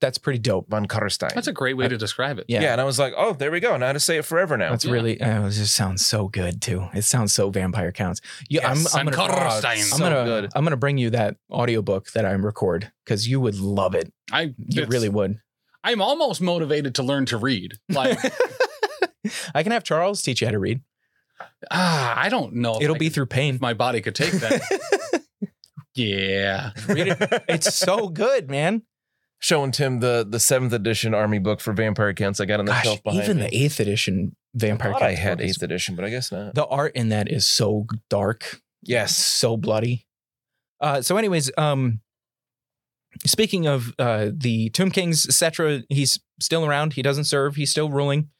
S2: That's pretty dope.
S3: Von Karstein.
S1: That's a great way to describe it.
S2: Yeah.
S3: yeah. and I was like, oh, there we go. Now to say it forever now.
S2: That's
S1: Yeah.
S2: really. Uh, it just sounds so good too. It sounds so vampire counts. Yeah,
S3: Yes,
S2: I'm. I'm
S1: and
S2: gonna,
S1: Karstein. So
S2: I'm gonna.
S3: good.
S2: I'm gonna bring you that audiobook that I record because you would love it.
S1: I
S2: You
S1: it's-
S2: really would.
S1: I'm almost motivated to learn to read. Like
S2: *laughs* I can have Charles teach you how to read.
S1: ah, I don't know. if
S2: It'll
S1: I
S2: be
S1: could-
S2: through pain.
S1: if my body could take that. yeah.
S2: *laughs* It's so good, man.
S3: *laughs* Showing Tim the the seventh edition army book for vampire counts I got on *laughs* the
S2: Gosh,
S3: shelf behind
S2: even
S3: me.
S2: the eighth edition
S3: I
S2: vampire.
S3: thought I
S2: Counts
S3: had
S2: book is-
S3: eighth edition, but I guess not.
S2: The art in that is so dark.
S3: Yes.
S2: so bloody. Uh, so, anyways, um, speaking of uh, the Tomb Kings, etc., he's still around. He doesn't serve. He's still ruling.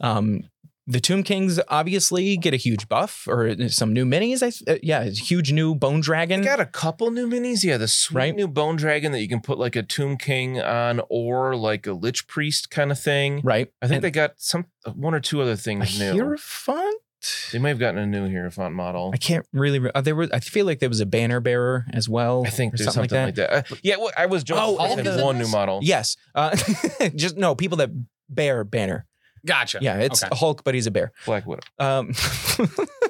S2: Um, the Tomb Kings obviously get a huge buff or some new minis. I th- uh, yeah, a huge new Bone
S3: I
S2: Dragon.
S3: got a couple new minis. Yeah, the sweet
S2: Right.
S3: new Bone Dragon that you can put like a Tomb King on or like a Lich Priest kind of thing.
S2: right.
S3: I think
S2: And
S3: they got some one or two other
S2: a
S3: things new.
S2: Hierophant.
S3: They may have gotten a new Hierophant model.
S2: I can't really. Re- uh, there was. I feel like there was a banner bearer as well.
S3: I think
S2: or
S3: there's something, like that. Uh, yeah, well, I was joking.
S2: Oh,
S3: I said
S1: Hulk is in
S3: one new
S1: this?
S3: model.
S2: Yes. Uh, *laughs* just no people that bear banner.
S1: Gotcha.
S2: Yeah, it's
S1: Okay.
S2: Hulk, but he's a bear.
S3: Black Widow.
S2: Um, *laughs*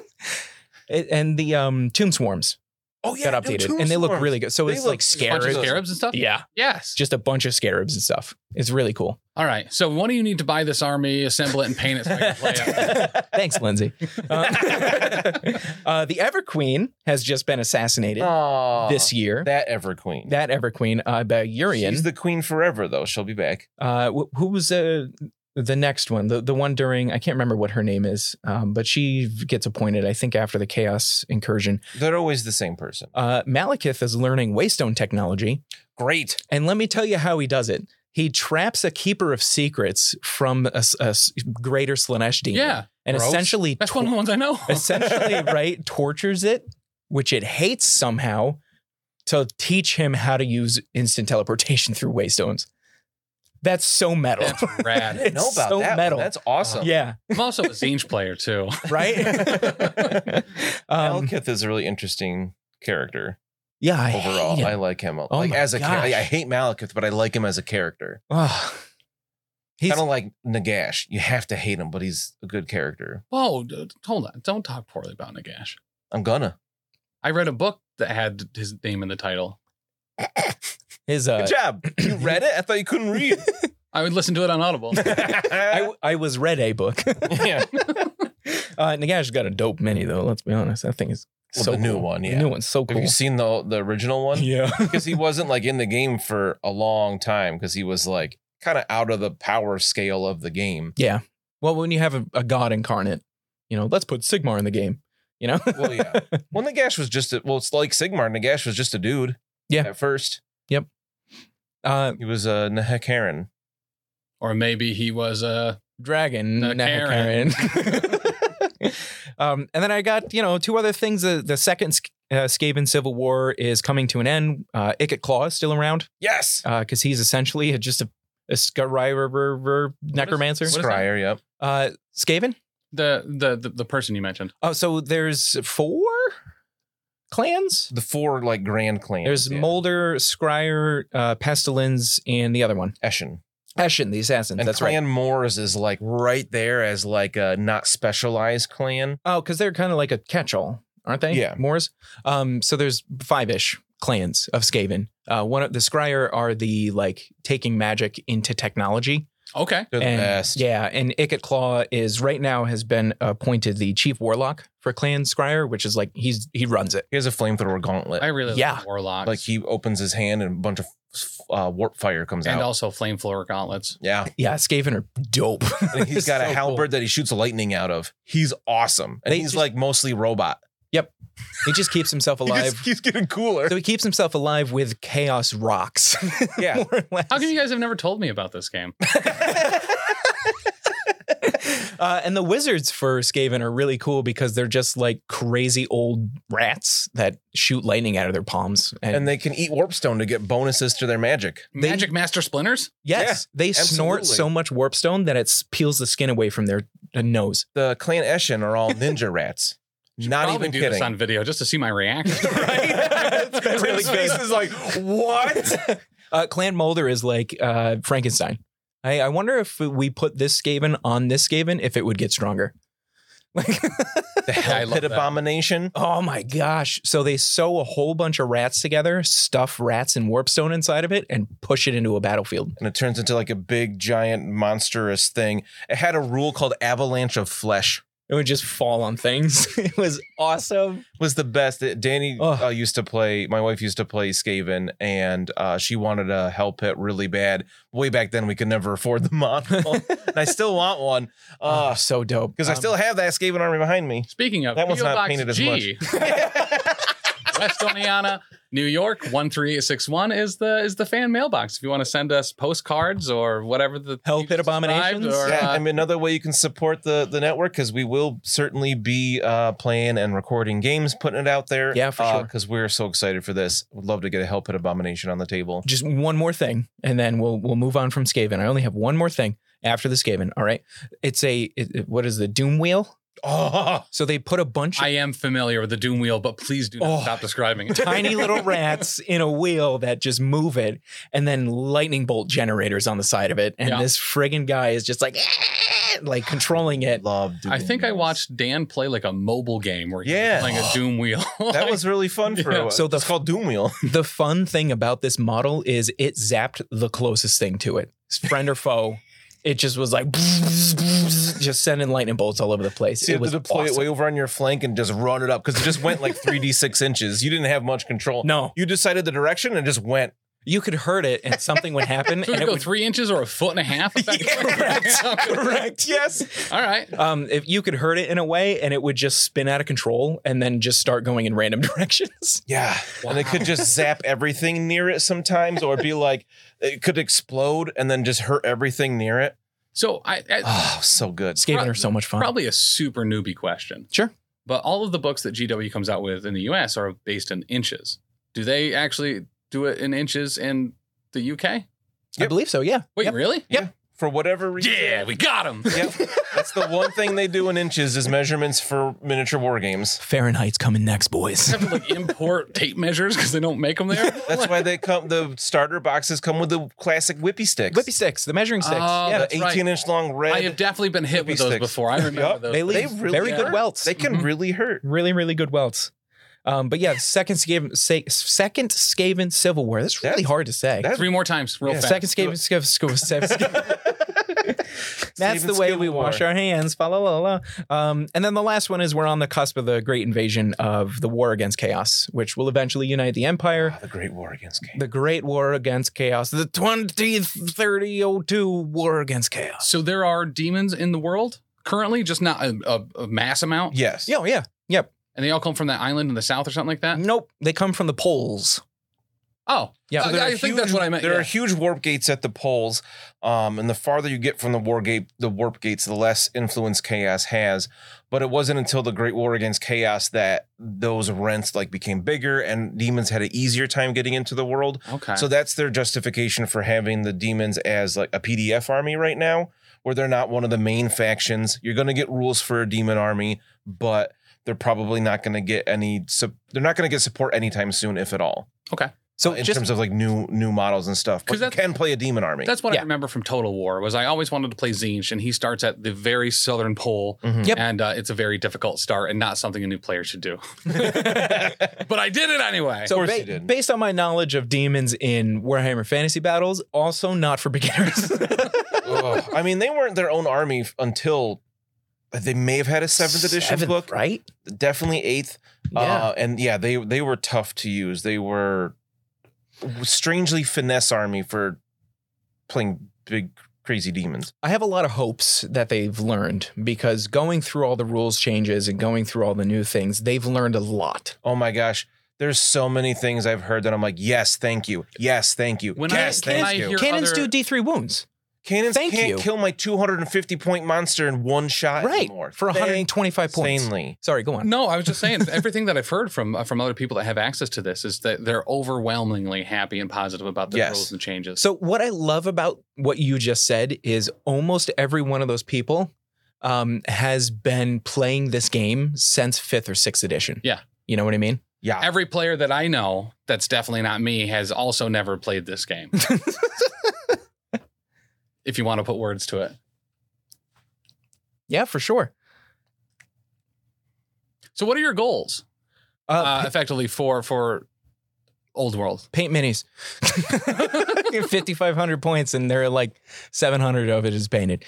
S2: it- and the um, tomb swarms
S3: Oh
S2: got updated, and they look really good. So
S3: They
S2: it's
S3: look-
S2: like
S1: Bunch of
S2: scarabs.
S1: scarabs and stuff?
S2: Yeah,
S1: Yes.
S2: just a bunch of scarabs and stuff. It's really cool.
S1: All right. So one of you need to buy this army, assemble it, and paint it so I can play it.
S2: *laughs* Thanks,
S3: *laughs*
S2: Lindsay. Uh, uh, the Ever Queen has just been assassinated
S3: *laughs* Aw,
S2: this year. That,
S3: that ever queen.
S2: Ever Queen uh, by
S3: She's
S2: Urian.
S3: the queen forever, though. She'll be back.
S2: uh, wh- who was uh, the next one? The the one during I can't remember what her name is, um, but she gets appointed. I think after the Chaos incursion.
S3: They're always the same person.
S2: Uh, Malekith is learning Waystone technology.
S3: Great.
S2: And let me tell you how he does it. He traps a keeper of secrets from a, s- a s- greater Slanesh demon.
S1: Yeah.
S2: And
S1: gross.
S2: essentially,
S1: *laughs* That's one of the ones I know.
S2: essentially, right, tortures it, which it hates somehow, to teach him how to use instant teleportation through waystones. That's so metal.
S1: That's
S2: *laughs*
S1: rad.
S3: I didn't know
S2: *laughs* It's
S3: about
S2: so
S3: that. one.
S2: metal.
S3: That's awesome.
S2: yeah,
S1: I'm also a Zinj player too.
S3: *laughs*
S2: right? *laughs* um,
S3: Malekith is a really interesting character
S2: yeah, I
S3: overall.
S2: hate
S3: I
S2: him.
S3: like him.
S2: Oh
S3: like
S2: my
S3: as a
S2: gosh.
S3: character. I hate Malekith, but I like him as a character.
S2: Ugh. He's,
S3: Kind of like Nagash. You have to hate him, but he's a good character.
S1: Whoa, dude, hold on. Don't talk poorly about Nagash.
S3: I'm gonna.
S1: I read a book that had his name in the title.
S2: his uh,
S3: good job.
S2: *clears throat*
S3: You read it? I thought you couldn't *laughs* read.
S2: *laughs*
S3: *laughs*
S1: I would listen to it on Audible.
S2: I, I was read a book.
S3: yeah.
S2: *laughs* Uh, Nagash's got a dope mini though. Let's be honest, that thing is
S3: Well,
S2: so
S3: the new
S2: cool.
S3: one,
S2: The
S3: yeah.
S2: new one's so
S3: Have
S2: cool.
S3: you seen the the original one?
S2: yeah, *laughs*
S3: because he wasn't like in the game for a long time because he was like kind of out of the power scale of the game.
S2: yeah. Well, when you have a, a god incarnate, you know, let's put Sigmar in the game. You know,
S3: Well, yeah.
S2: *laughs*
S3: Well, Nagash was just a, well, it's like Sigmar. Nagash was just a dude.
S2: Yeah.
S3: At first,
S2: uh,
S3: he was a Nehekaran.
S1: Or maybe he was uh, a.
S2: dragon,
S1: The
S2: not Karen. *laughs* um, and then I got you know two other things. The, the second sc- uh, Skaven Civil War is coming to an end. Uh, Icket Claw is still around
S3: Yes.
S2: because he's essentially a- just a, a Skyriver necromancer.
S1: what is-
S3: Scryer, yep.
S2: uh, Skaven.
S1: The, the the the person you mentioned.
S2: Oh, so there's four clans.
S3: The four like grand clans.
S2: There's
S3: yeah.
S2: Molder, Scryer, uh, Pestilence, and the other one,
S3: Eshin.
S2: Eshin, the assassin.
S3: And
S2: That's right.
S3: Clan Moors is like right there as like a not specialized clan.
S2: Oh, because they're kind of like a catch-all, aren't they?
S3: Yeah.
S2: Moors. Um, so there's five-ish clans of Skaven. Uh, one of the Scryer are the like taking magic into technology.
S1: Okay.
S3: They're the
S2: and,
S3: best.
S2: Yeah, and Icket Claw is right now has been appointed the chief warlock for Clan Scryer, which is like he's he runs it.
S3: He has a flamethrower gauntlet.
S1: I really
S2: Yeah.
S1: like warlocks.
S3: like he opens his hand and a bunch of uh, warp fire comes
S1: and
S3: out.
S1: also flame floor gauntlets.
S3: yeah.
S2: Yeah, Skaven are dope. *laughs*
S3: And he's got
S2: So
S3: a halberd that he shoots lightning out of. He's awesome. And
S2: They
S3: he's
S2: just-
S3: like mostly robot.
S2: He just keeps himself
S3: He
S2: alive.
S3: just keeps getting cooler.
S2: so he keeps himself alive with chaos rocks. *laughs*
S3: Yeah.
S2: more or less.
S1: How come you guys have never told me about this
S3: *laughs*
S1: game?
S2: *laughs* uh, and the wizards for Skaven are really cool because they're just like crazy old rats that shoot lightning out of their palms. And,
S3: and they can eat warpstone to get bonuses to their magic.
S2: They-
S1: Magic Master Splinters?
S2: yes, they snort
S3: absolutely.
S2: so much warpstone that it peels the skin away from their uh,
S3: *laughs*
S2: nose.
S3: The clan Eshin are all ninja rats. Not
S1: Probably
S3: even
S1: do
S3: kidding. *laughs*
S1: this on video just to see my reaction.
S2: *laughs* It's been really
S3: Tim's face
S2: good.
S3: is like, what?
S2: Uh, Clan Mulder is like uh, Frankenstein. I, I wonder if we put this Skaven on this Skaven, if it would get stronger. Like,
S3: the
S1: I
S3: hell
S1: love
S3: pit
S1: that.
S3: abomination.
S2: Oh my gosh. So they sew a whole bunch of rats together, stuff rats and warpstone inside of it, and push it into a battlefield.
S3: And it turns into like a big, giant, monstrous thing. It had a rule called avalanche of flesh.
S2: It would just fall on things. *laughs* it was awesome.
S3: was the best. It- Danny
S2: Ugh.
S3: uh, used to play. My wife used to play Skaven, and uh, she wanted a Hell Pit really bad. Way back then, we could never afford the
S2: *laughs*
S3: model, and I still want one
S2: Oh,
S3: because
S2: so dope.
S3: I still have that Skaven army behind me.
S1: Speaking of,
S3: That one's
S1: PO
S3: not
S1: Box
S3: painted as
S1: G, *laughs*
S3: *laughs*
S1: Westoniana, New York, 13861 is the is the fan mailbox. If you want to send us postcards or whatever the
S2: Hell
S1: you
S2: Pit
S1: described
S2: Abominations?
S1: Or,
S3: Yeah,
S1: uh,
S3: I mean another way you can support the the network because we will certainly be uh, playing and recording games, putting it out there.
S2: Yeah, for sure.
S3: Because we're so excited for this. Would love to get a Hell Pit Abomination on the table.
S2: Just one more thing, and then we'll we'll move on from Skaven. I only have one more thing after the Skaven. All right. It's a it- it- what is the Doom Wheel?
S3: Oh,
S2: So they put a bunch
S1: I
S2: of
S1: am familiar with the Doom Wheel, but please do not
S2: Oh.
S1: stop describing
S3: *laughs*
S1: it.
S2: tiny little rats in a wheel that just move it, and then lightning bolt generators on the side of it. And
S1: Yeah.
S2: this friggin' guy is just like, *laughs* like controlling it.
S3: *laughs* love. doing
S1: I think I
S3: those.
S1: watched Dan play like a mobile game where he
S3: Yeah.
S1: was playing
S3: *gasps*
S1: a Doom Wheel. *laughs*
S3: That was really
S2: *laughs*
S3: fun for.
S1: Yeah.
S3: a while.
S2: So the-
S3: it's called Doom Wheel.
S2: the fun thing about this model is it zapped the closest thing to it, friend or foe. It just was like *laughs* just sending lightning bolts all over the place.
S3: So you
S2: it
S3: have
S2: was
S3: to deploy
S2: awesome.
S3: it way over on your flank and just run it up because it just went
S2: *laughs*
S3: like 3d six inches. You didn't have much control.
S2: No,
S3: You decided the direction and just went.
S2: you could hurt it and something would happen.
S1: So
S2: and
S1: we
S2: it
S1: go
S2: would,
S1: three inches or a foot and a half.
S3: *laughs*
S2: *laughs*
S1: *laughs*
S2: correct. Yes.
S1: All right.
S2: Um, if you could hurt it in a way and it would just spin out of control and then just start going in random *laughs* directions.
S3: Yeah. And it could just
S2: *laughs*
S3: zap everything near it sometimes, or be like it could explode and then just hurt everything near it.
S1: So I,
S3: *sighs*
S1: I
S3: Oh, so good.
S2: Skaven are so much fun.
S1: probably a super newbie question.
S2: Sure.
S1: But all of the books that GW comes out with in the US are based in inches. Do they actually do it in inches in the UK?
S2: I believe so, yeah.
S1: Wait,
S2: Yep.
S1: really?
S3: For whatever reason.
S1: Yeah, we got him.
S3: *laughs* Yep. That's the one thing they do in inches is measurements for miniature war games.
S2: Fahrenheit's coming
S1: *laughs*
S2: next, boys.
S1: have to like import tape measures because they don't make them there.
S3: *laughs* That's why they come the starter boxes come with the classic whippy sticks.
S2: Whippy sticks, the measuring sticks.
S1: Oh,
S2: yeah.
S1: that's
S3: the
S1: right.
S3: 18 inch long red.
S1: I have definitely been hit with those
S3: Sticks.
S1: before. I remember
S3: Yup.
S1: those.
S2: They leave
S3: really
S2: very good
S3: hurt.
S2: welts.
S3: They can
S1: Mhm.
S3: really hurt.
S2: really really good welts. Um, but yeah, second Skaven, Sa- second Skaven Civil War. That's really
S3: That's-
S2: hard to say.
S3: that's
S1: Three more times, real
S3: Yeah,
S1: fast.
S2: second Skaven, Skaven, Skaven, Skaven- That's the way we wash our hands. Fa la la la. Um, and then the last one is we're on the cusp of the great invasion of the war against chaos, which will eventually unite the empire.
S3: the Great War against Cain.
S2: The great war against chaos, the 2030 war against chaos.
S1: So there are demons in the world currently, just not a, a, a mass amount,
S3: Yes.
S2: Yeah, yeah, yep.
S1: and they all come from that island in the south or something like that.
S2: Nope, they come from the poles. Mm-hmm.
S1: Oh,
S2: Yeah.
S1: Uh,
S3: there
S1: I
S3: are
S1: think that's what I meant,
S3: There
S1: yeah.
S3: are huge warp gates at the poles, um, and the farther you get from the war gate, the warp gates, the less influence chaos has. But it wasn't until the Great War against Chaos that those rents like became bigger, and demons had an easier time getting into the world.
S1: okay.
S3: So that's their justification for having the demons as like a PDF army right now, where they're not one of the main factions. You're going to get rules for a demon army, but they're probably not going to get any. Su- they're not going to get support anytime soon, if at all,
S2: So
S3: in
S2: just
S3: terms of like new new models and stuff.
S1: 'Cause
S3: But you
S1: that's-
S3: can play a demon army.
S1: That's what I
S2: Yeah.
S1: remember from Total War was I always wanted to play Zinch, and he starts at the very southern pole,
S3: Mhm.
S2: Yep.
S1: and uh, it's a very difficult start and not something a new player should do. *laughs*
S2: *laughs*
S3: Yep.
S1: But I did it anyway.
S2: So
S3: course
S2: ba-
S3: you did.
S2: based on my knowledge of demons in Warhammer Fantasy Battles, also not for beginners.
S3: *laughs* I mean, they weren't their own army f- until. They may have had a seventh edition
S2: Seventh,
S3: book,
S2: right?
S3: definitely eighth.
S2: Yeah.
S3: Uh, and yeah, they they were tough to use. They were strangely finesse army for playing big crazy demons.
S2: I have a lot of hopes that they've learned because going through all the rules changes and going through all the new things, they've learned a lot.
S3: Oh my gosh, there's so many things I've heard that I'm like, yes, thank you, yes, thank you,
S1: When I-
S3: yes,
S2: when
S3: thank
S1: I
S3: you.
S1: hear- Your
S2: Cannons
S1: other-
S2: do D3 wounds,
S3: Cannons
S2: Thank
S3: can't
S2: you.
S3: kill my 250 point monster in one shot
S2: right?
S3: anymore.
S2: For 125 points.
S3: insanely.
S2: Sorry, go on.
S1: *laughs* no, I was just saying everything that I've heard from uh, from other people that have access to this is that they're overwhelmingly happy and positive about the
S3: Yes.
S1: rules and changes.
S2: So, what I love about what you just said is almost every one of those people um, has been playing this game since fifth or sixth edition.
S1: Yeah.
S2: You know what I mean?
S3: Yeah,
S1: Every player that I know that's definitely not me has also never played this game. if you want to put words to it.
S2: Yeah, for sure.
S1: So what are your goals
S2: Uh,
S1: uh, effectively for for old world?
S2: paint minis. *laughs* 5,500 points, and there are like 700 of it is painted.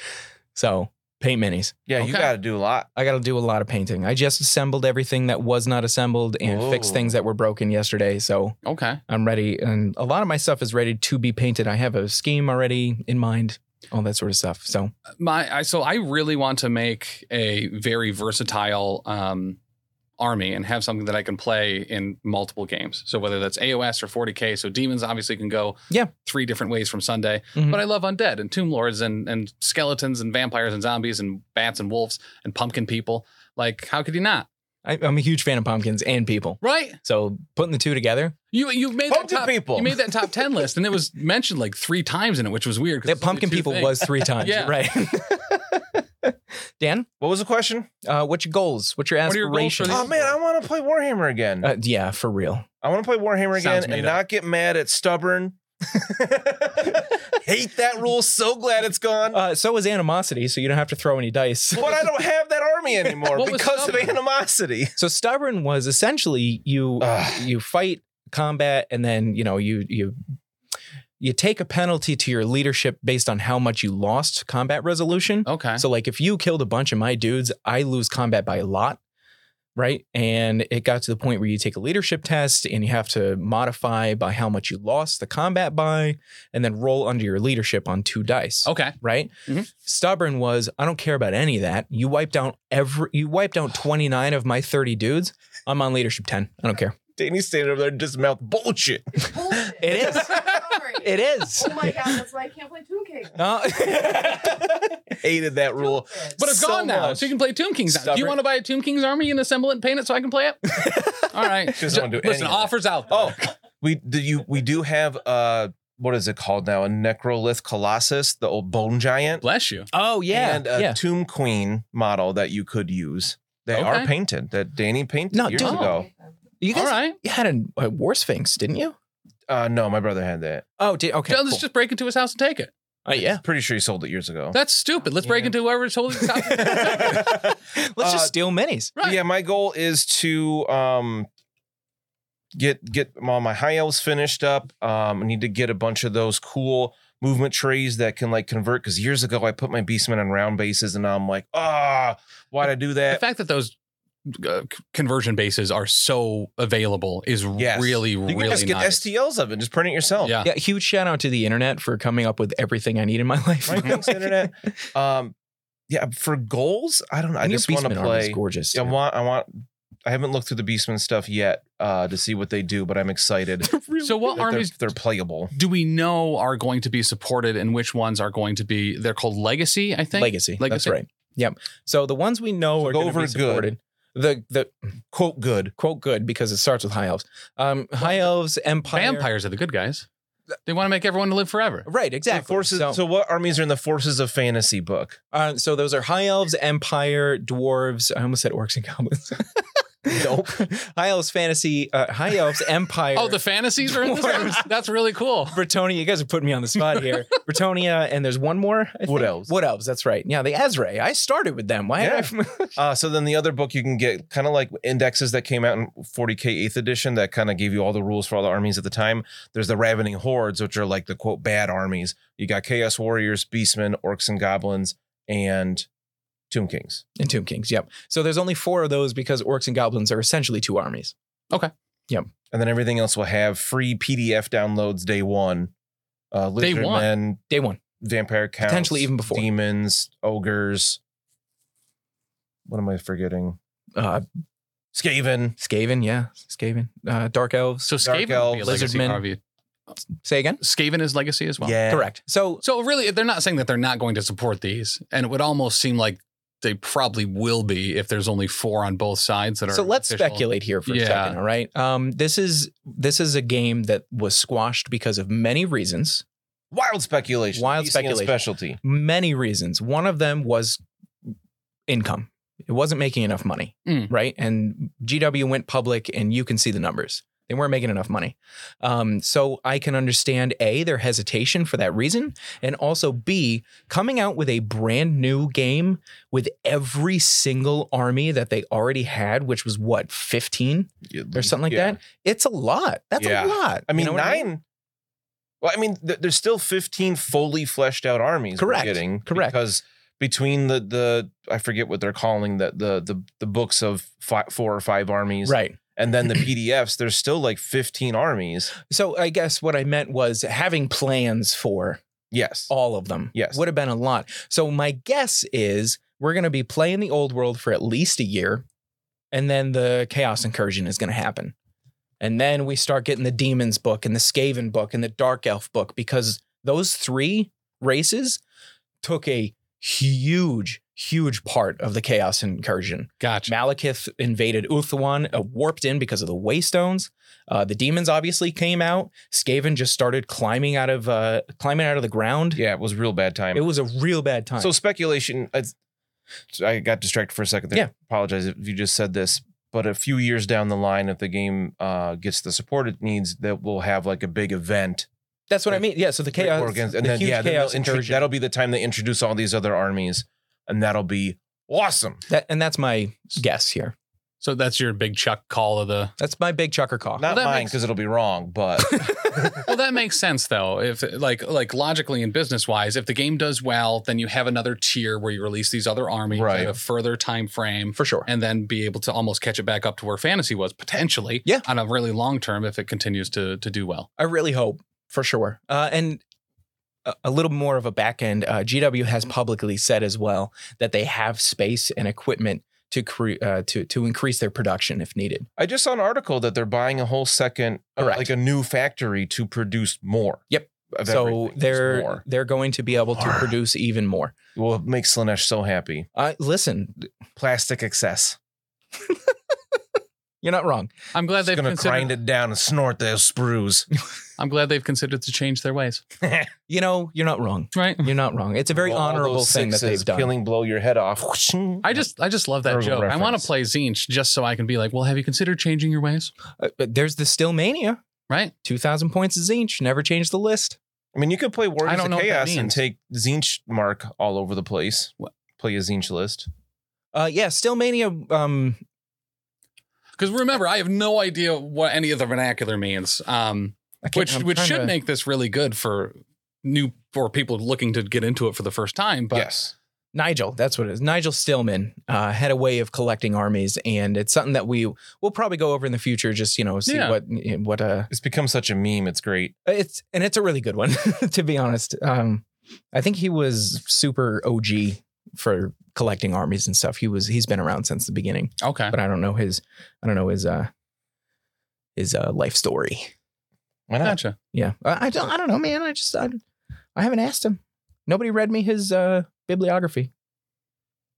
S2: So, paint minis.
S3: yeah, you
S1: Okay.
S3: got to do a lot.
S2: I got to do a lot of painting. I just assembled everything that was not assembled and
S3: Whoa.
S2: fixed things that were broken yesterday. So,
S1: Okay.
S2: I'm ready. And a lot of my stuff is ready to be painted. I have a scheme already in mind, all that sort of stuff. So,
S1: My I so I really want to make a very versatile um army and have something that I can play in multiple games. So whether that's AOS or 40K, so demons obviously can go
S2: Yeah.
S1: three different ways from Sunday.
S2: Mhm.
S1: But I love undead and tomb lords and and skeletons and vampires and zombies and bats and wolves and pumpkin people. Like how could you not?
S2: I, I'm a huge fan of pumpkins and people.
S1: Right?
S2: So, putting the two together,
S1: You you made
S3: Pumpkin
S1: that top,
S3: people.
S1: You made that top ten list, and it was mentioned like three times in it, which was weird. 'cause
S2: that
S1: it's only
S2: pumpkin
S1: two
S2: people
S1: things.
S2: was
S1: *laughs*
S2: three times.
S1: Yeah.
S2: Right. *laughs* Dan,
S3: What was the question?
S2: uh, what's your goals? What's your
S1: What are your goals for
S2: aspirations?
S1: Please.
S3: Oh man, I want to play Warhammer again.
S2: Uh, yeah, for real.
S3: I want to play Warhammer
S1: Sounds
S3: again
S1: made
S3: and
S1: up.
S3: not get mad at
S1: *laughs*
S3: stubborn. Hate that rule. So glad it's gone.
S2: Uh, so is animosity, so you don't have to throw any dice.
S3: but I don't have that
S1: *laughs*
S3: army anymore
S1: What was
S3: because of
S1: stubborn?
S3: animosity.
S2: *laughs* So stubborn was essentially you uh,
S3: Ugh.
S2: you fight combat and then you know you you you take a penalty to your leadership based on how much you lost combat resolution.
S1: okay.
S2: So like if you killed a bunch of my dudes, I lose combat by a lot. Right. And it got to the point where you take a leadership test and you have to modify by how much you lost the combat by, and then roll under your leadership on two dice
S1: Okay.
S2: right?
S1: Mhm.
S2: Stubborn was, I don't care about any of that. You wiped out every you wiped *sighs* out 29 of my 30 dudes. I'm on leadership 10. I don't care.
S3: Danny's standing over there just mouth bullshit.
S4: Bullshit.
S2: It is.
S4: Sorry.
S2: It is.
S4: Oh my god, that's why I can't play Tomb King.
S2: *laughs* No.
S3: Hated that rule.
S1: *laughs* But it's
S3: So
S1: gone now,
S3: much.
S1: so you can play Tomb King's. now. Do you
S3: Stubborn.
S1: want to buy a Tomb King's army and assemble it and paint it so I can
S3: *laughs*
S1: play it? All right.
S3: She doesn't wanna do any
S1: Listen,
S3: of that.
S1: offers out.
S3: Oh, we do you we do have uh what is it called now? A necrolith colossus, the old bone giant.
S1: bless you.
S2: oh yeah.
S3: And a
S2: yeah.
S3: tomb queen model that you could use. They
S1: Okay.
S3: are painted that Danny painted
S2: No,
S3: years
S2: dude.
S3: ago.
S2: You
S1: All
S2: guys
S1: right.
S2: you had a, a war sphinx, didn't you?
S1: Oh.
S3: Uh, no, my brother had that.
S2: Oh, did, okay.
S1: Let's
S2: cool.
S1: just break into his house and take it.
S2: Uh, yeah.
S3: Pretty sure he sold it years ago.
S1: *laughs* That's stupid. Let's break
S3: Oh. Yeah.
S1: into whoever's holding his
S3: *laughs*
S1: house.
S2: *laughs* Let's
S3: Uh,
S2: just steal minis.
S1: Right.
S3: Yeah, my goal is to um get get all my high elves finished up. Um, I need to get a bunch of those cool movement trees that can like convert. Because years ago, I put my beastmen on round bases, and now I'm like, ah, why'd I do
S1: The
S3: that?
S1: fact that those uh, c- conversion bases are so available is
S3: Yes.
S1: really,
S3: You can
S1: really
S3: just get
S1: nice.
S3: STLs of it. and Just print it yourself.
S1: Yeah.
S2: Yeah, huge shout out to the internet for coming up with everything I need in my *laughs* life.
S3: Right?
S2: *laughs*
S3: Thanks, internet. Um, yeah. For goals, I don't know. I
S2: And your
S3: just want to
S2: Beastman army is
S3: play.
S2: gorgeous.
S3: I want. I want. I haven't looked through the beastman stuff yet uh, to see what they do, but I'm excited.
S1: So,
S3: that
S1: what
S3: they're-
S1: armies
S3: they're playable?
S1: do we know are going to be supported and which ones are going to be? They're called Legacy, I think.
S2: Legacy. That's
S1: Legacy.
S2: right. Yep. So the ones we know are
S3: go
S2: going to
S3: over
S2: be
S3: good.
S2: supported. The the
S3: Quote good.
S2: quote good because it starts with high elves. Um, high elves empire.
S1: Vampires are the good guys. They want to make everyone live forever.
S2: Right. Exactly.
S3: The forces. So,
S2: so
S3: what armies are in the forces of fantasy book?
S2: Uh, so those are high elves, empire, dwarves. I almost said orcs and goblins. nope. High elves, fantasy. Uh, high elves, empire.
S1: Oh, the fantasies are in this one? *laughs* That's really cool.
S2: Bretonia. You guys are putting me on the spot here. Bretonia, and there's one more. I think.
S3: Wood elves.
S2: Wood elves. That's right. Yeah, the Azrae. I started with them. Why?
S3: Yeah.
S2: Yeah. I, *laughs*
S3: Uh, so then the other book you can get kind of like indexes that came out in 40k 8th edition that kind of gave you all the rules for all the armies at the time. There's the Ravening Hordes, which are like the quote bad armies. You got Chaos Warriors, Beastmen, Orcs and Goblins, and Tomb Kings.
S2: and Tomb Kings. Yep. So there's only four of those because orcs and goblins are essentially two armies.
S3: And then everything else will have free PDF downloads day one. Uh,
S1: Day
S3: lizard
S1: one?
S3: men,
S2: Day one.
S3: vampire counts,
S2: Potentially even before.
S3: demons, ogres. What am I forgetting?
S2: Uh,
S3: Skaven.
S2: Skaven. Yeah, Skaven. Uh, Dark elves.
S1: So Skaven
S3: Dark
S1: would be a
S3: elves,
S1: legacy
S2: Lizardmen.
S1: RV.
S2: Say again.
S1: Skaven is legacy as well.
S3: yeah,
S2: Correct. So
S1: So really, they're not saying that they're not going to support these, and it would almost seem like they probably will be if there's only four on both sides that are.
S2: so let's
S1: official.
S2: speculate here for a
S1: Yeah.
S2: second all right um, this is this is a game that was squashed because of many reasons
S3: Wild speculation.
S2: Wild
S3: Beastman's
S2: speculation.
S3: Specialty.
S2: many reasons one of them was income it wasn't making enough money
S1: Mm.
S2: right and gw went public and you can see the numbers they weren't making enough money um, so i can understand a their hesitation for that reason and also b coming out with a brand new game with every single army that they already had which was what 15 or something like
S3: Yeah.
S2: that. It's a lot. That's a
S3: Yeah.
S2: lot.
S3: I
S2: You
S3: mean,
S2: know what
S3: nine. Well, I mean, th- there's still 15 fully fleshed out armies. we're
S2: Correct.
S3: getting
S2: Correct.
S3: Because between the the I forget what they're calling the the the, the books of fi four or five armies,
S2: Right. *clears throat*
S3: and then the PDFs, there's still like 15 armies.
S2: So I guess what I meant was having plans for
S3: Yes.
S2: all of them.
S3: Yes.
S2: Would have been a lot. So my guess is we're going to be playing the old world for at least a year, and then the chaos incursion is going to happen. And then we start getting the demons book and the Skaven book and the dark elf book because those three races took a huge, huge part of the chaos incursion.
S1: Gotcha.
S2: Malekith invaded Uthuan, uh, warped in because of the Waystones. Uh, the demons obviously came out. Skaven just started climbing out of uh, climbing out of the ground.
S3: yeah, it was real bad time.
S2: It was a real bad time.
S3: So speculation. I, I got distracted for a second. There.
S2: Yeah.
S3: Apologize if you just said this, but a few years down the line, if the game uh, gets the support it needs, that we'll have like a big event.
S2: That's what I mean. Yeah. So the chaos,
S3: Organs,
S2: the
S3: and then
S2: huge
S3: yeah, then they'll
S2: chaos
S3: intro-
S2: incursion.
S3: that'll be the time they introduce all these other armies, and that'll be awesome.
S2: That- and that's my guess here.
S1: So that's your big chuck call of the.
S2: That's my big chucker call.
S3: Not
S1: that
S3: mine
S1: makes-
S3: because it'll be wrong, but
S1: Well, that makes sense though. If like like logically and business wise, if the game does well, then you have another tier where you release these other armies
S3: Right.
S1: at a further time frame,
S2: for sure.
S1: and then be able to almost catch it back up to where fantasy was potentially.
S2: Yeah.
S1: On a really long term, if it continues to to do well.
S2: I really hope for sure. Uh, and a, a little more of a back end. Uh, GW has publicly said as well that they have space and equipment to cre- uh, to to increase their production if needed.
S3: I just saw an article that they're buying a whole second, uh,
S2: Correct.
S3: like a new factory to produce more.
S2: Yep.
S3: of everything,
S2: so
S3: just
S2: they're
S3: more.
S2: they're going to be able to
S3: More.
S2: produce even more.
S3: will make Slanesh so happy.
S2: Uh, listen,
S3: Plastic excess.
S2: you're not wrong.
S1: I'm glad
S3: Just
S1: they've
S3: gonna
S1: considered.
S3: grind it down and snort those sprues.
S1: I'm glad they've considered to change their ways.
S2: You know, you're not wrong.
S1: Right.
S2: You're not wrong. It's a very
S3: All
S2: honorable
S3: those
S2: thing that
S3: sixes,
S2: they've done.
S3: Killing, blow your head off.
S1: I just I just love that
S3: Verbal
S1: joke. I want
S3: reference.
S1: to play Zinch just so I can be like, well, have you considered changing your ways?
S2: Uh, but there's the Stillmania.
S1: Right?
S2: Two thousand points is each. Never changed the list.
S3: I mean, you could play
S1: I
S3: Warriors
S1: don't
S3: of
S1: know what that
S3: Chaos and
S1: means.
S3: take Zinch mark all over the place.
S1: What?
S3: Play a Zinch list.
S2: Uh, yeah, Stillmania. Um,
S1: Because remember, I have no idea what any of the vernacular means. Um,
S2: I can't-
S1: which
S2: I'm
S1: which
S2: trying
S1: should
S2: to-
S1: make this really good for new for people looking to get into it for the first time. But
S3: yes.
S2: Nigel, that's what it is. Nigel Stillman uh, had a way of collecting armies, and it's something that we will probably go over in the future. Just you know, see
S1: Yeah.
S2: what what uh
S3: It's become such a meme. It's great.
S2: it's and it's a really good one *laughs* to be honest. Um, I think he was super OG for collecting armies and stuff. He was he's been around since the beginning,
S1: okay,
S2: but I don't know his I don't know his uh his uh life story.
S3: Why not?
S1: gotcha.
S2: Yeah, I, I don't I don't know, man. I just I, I haven't asked him. Nobody read me his uh bibliography,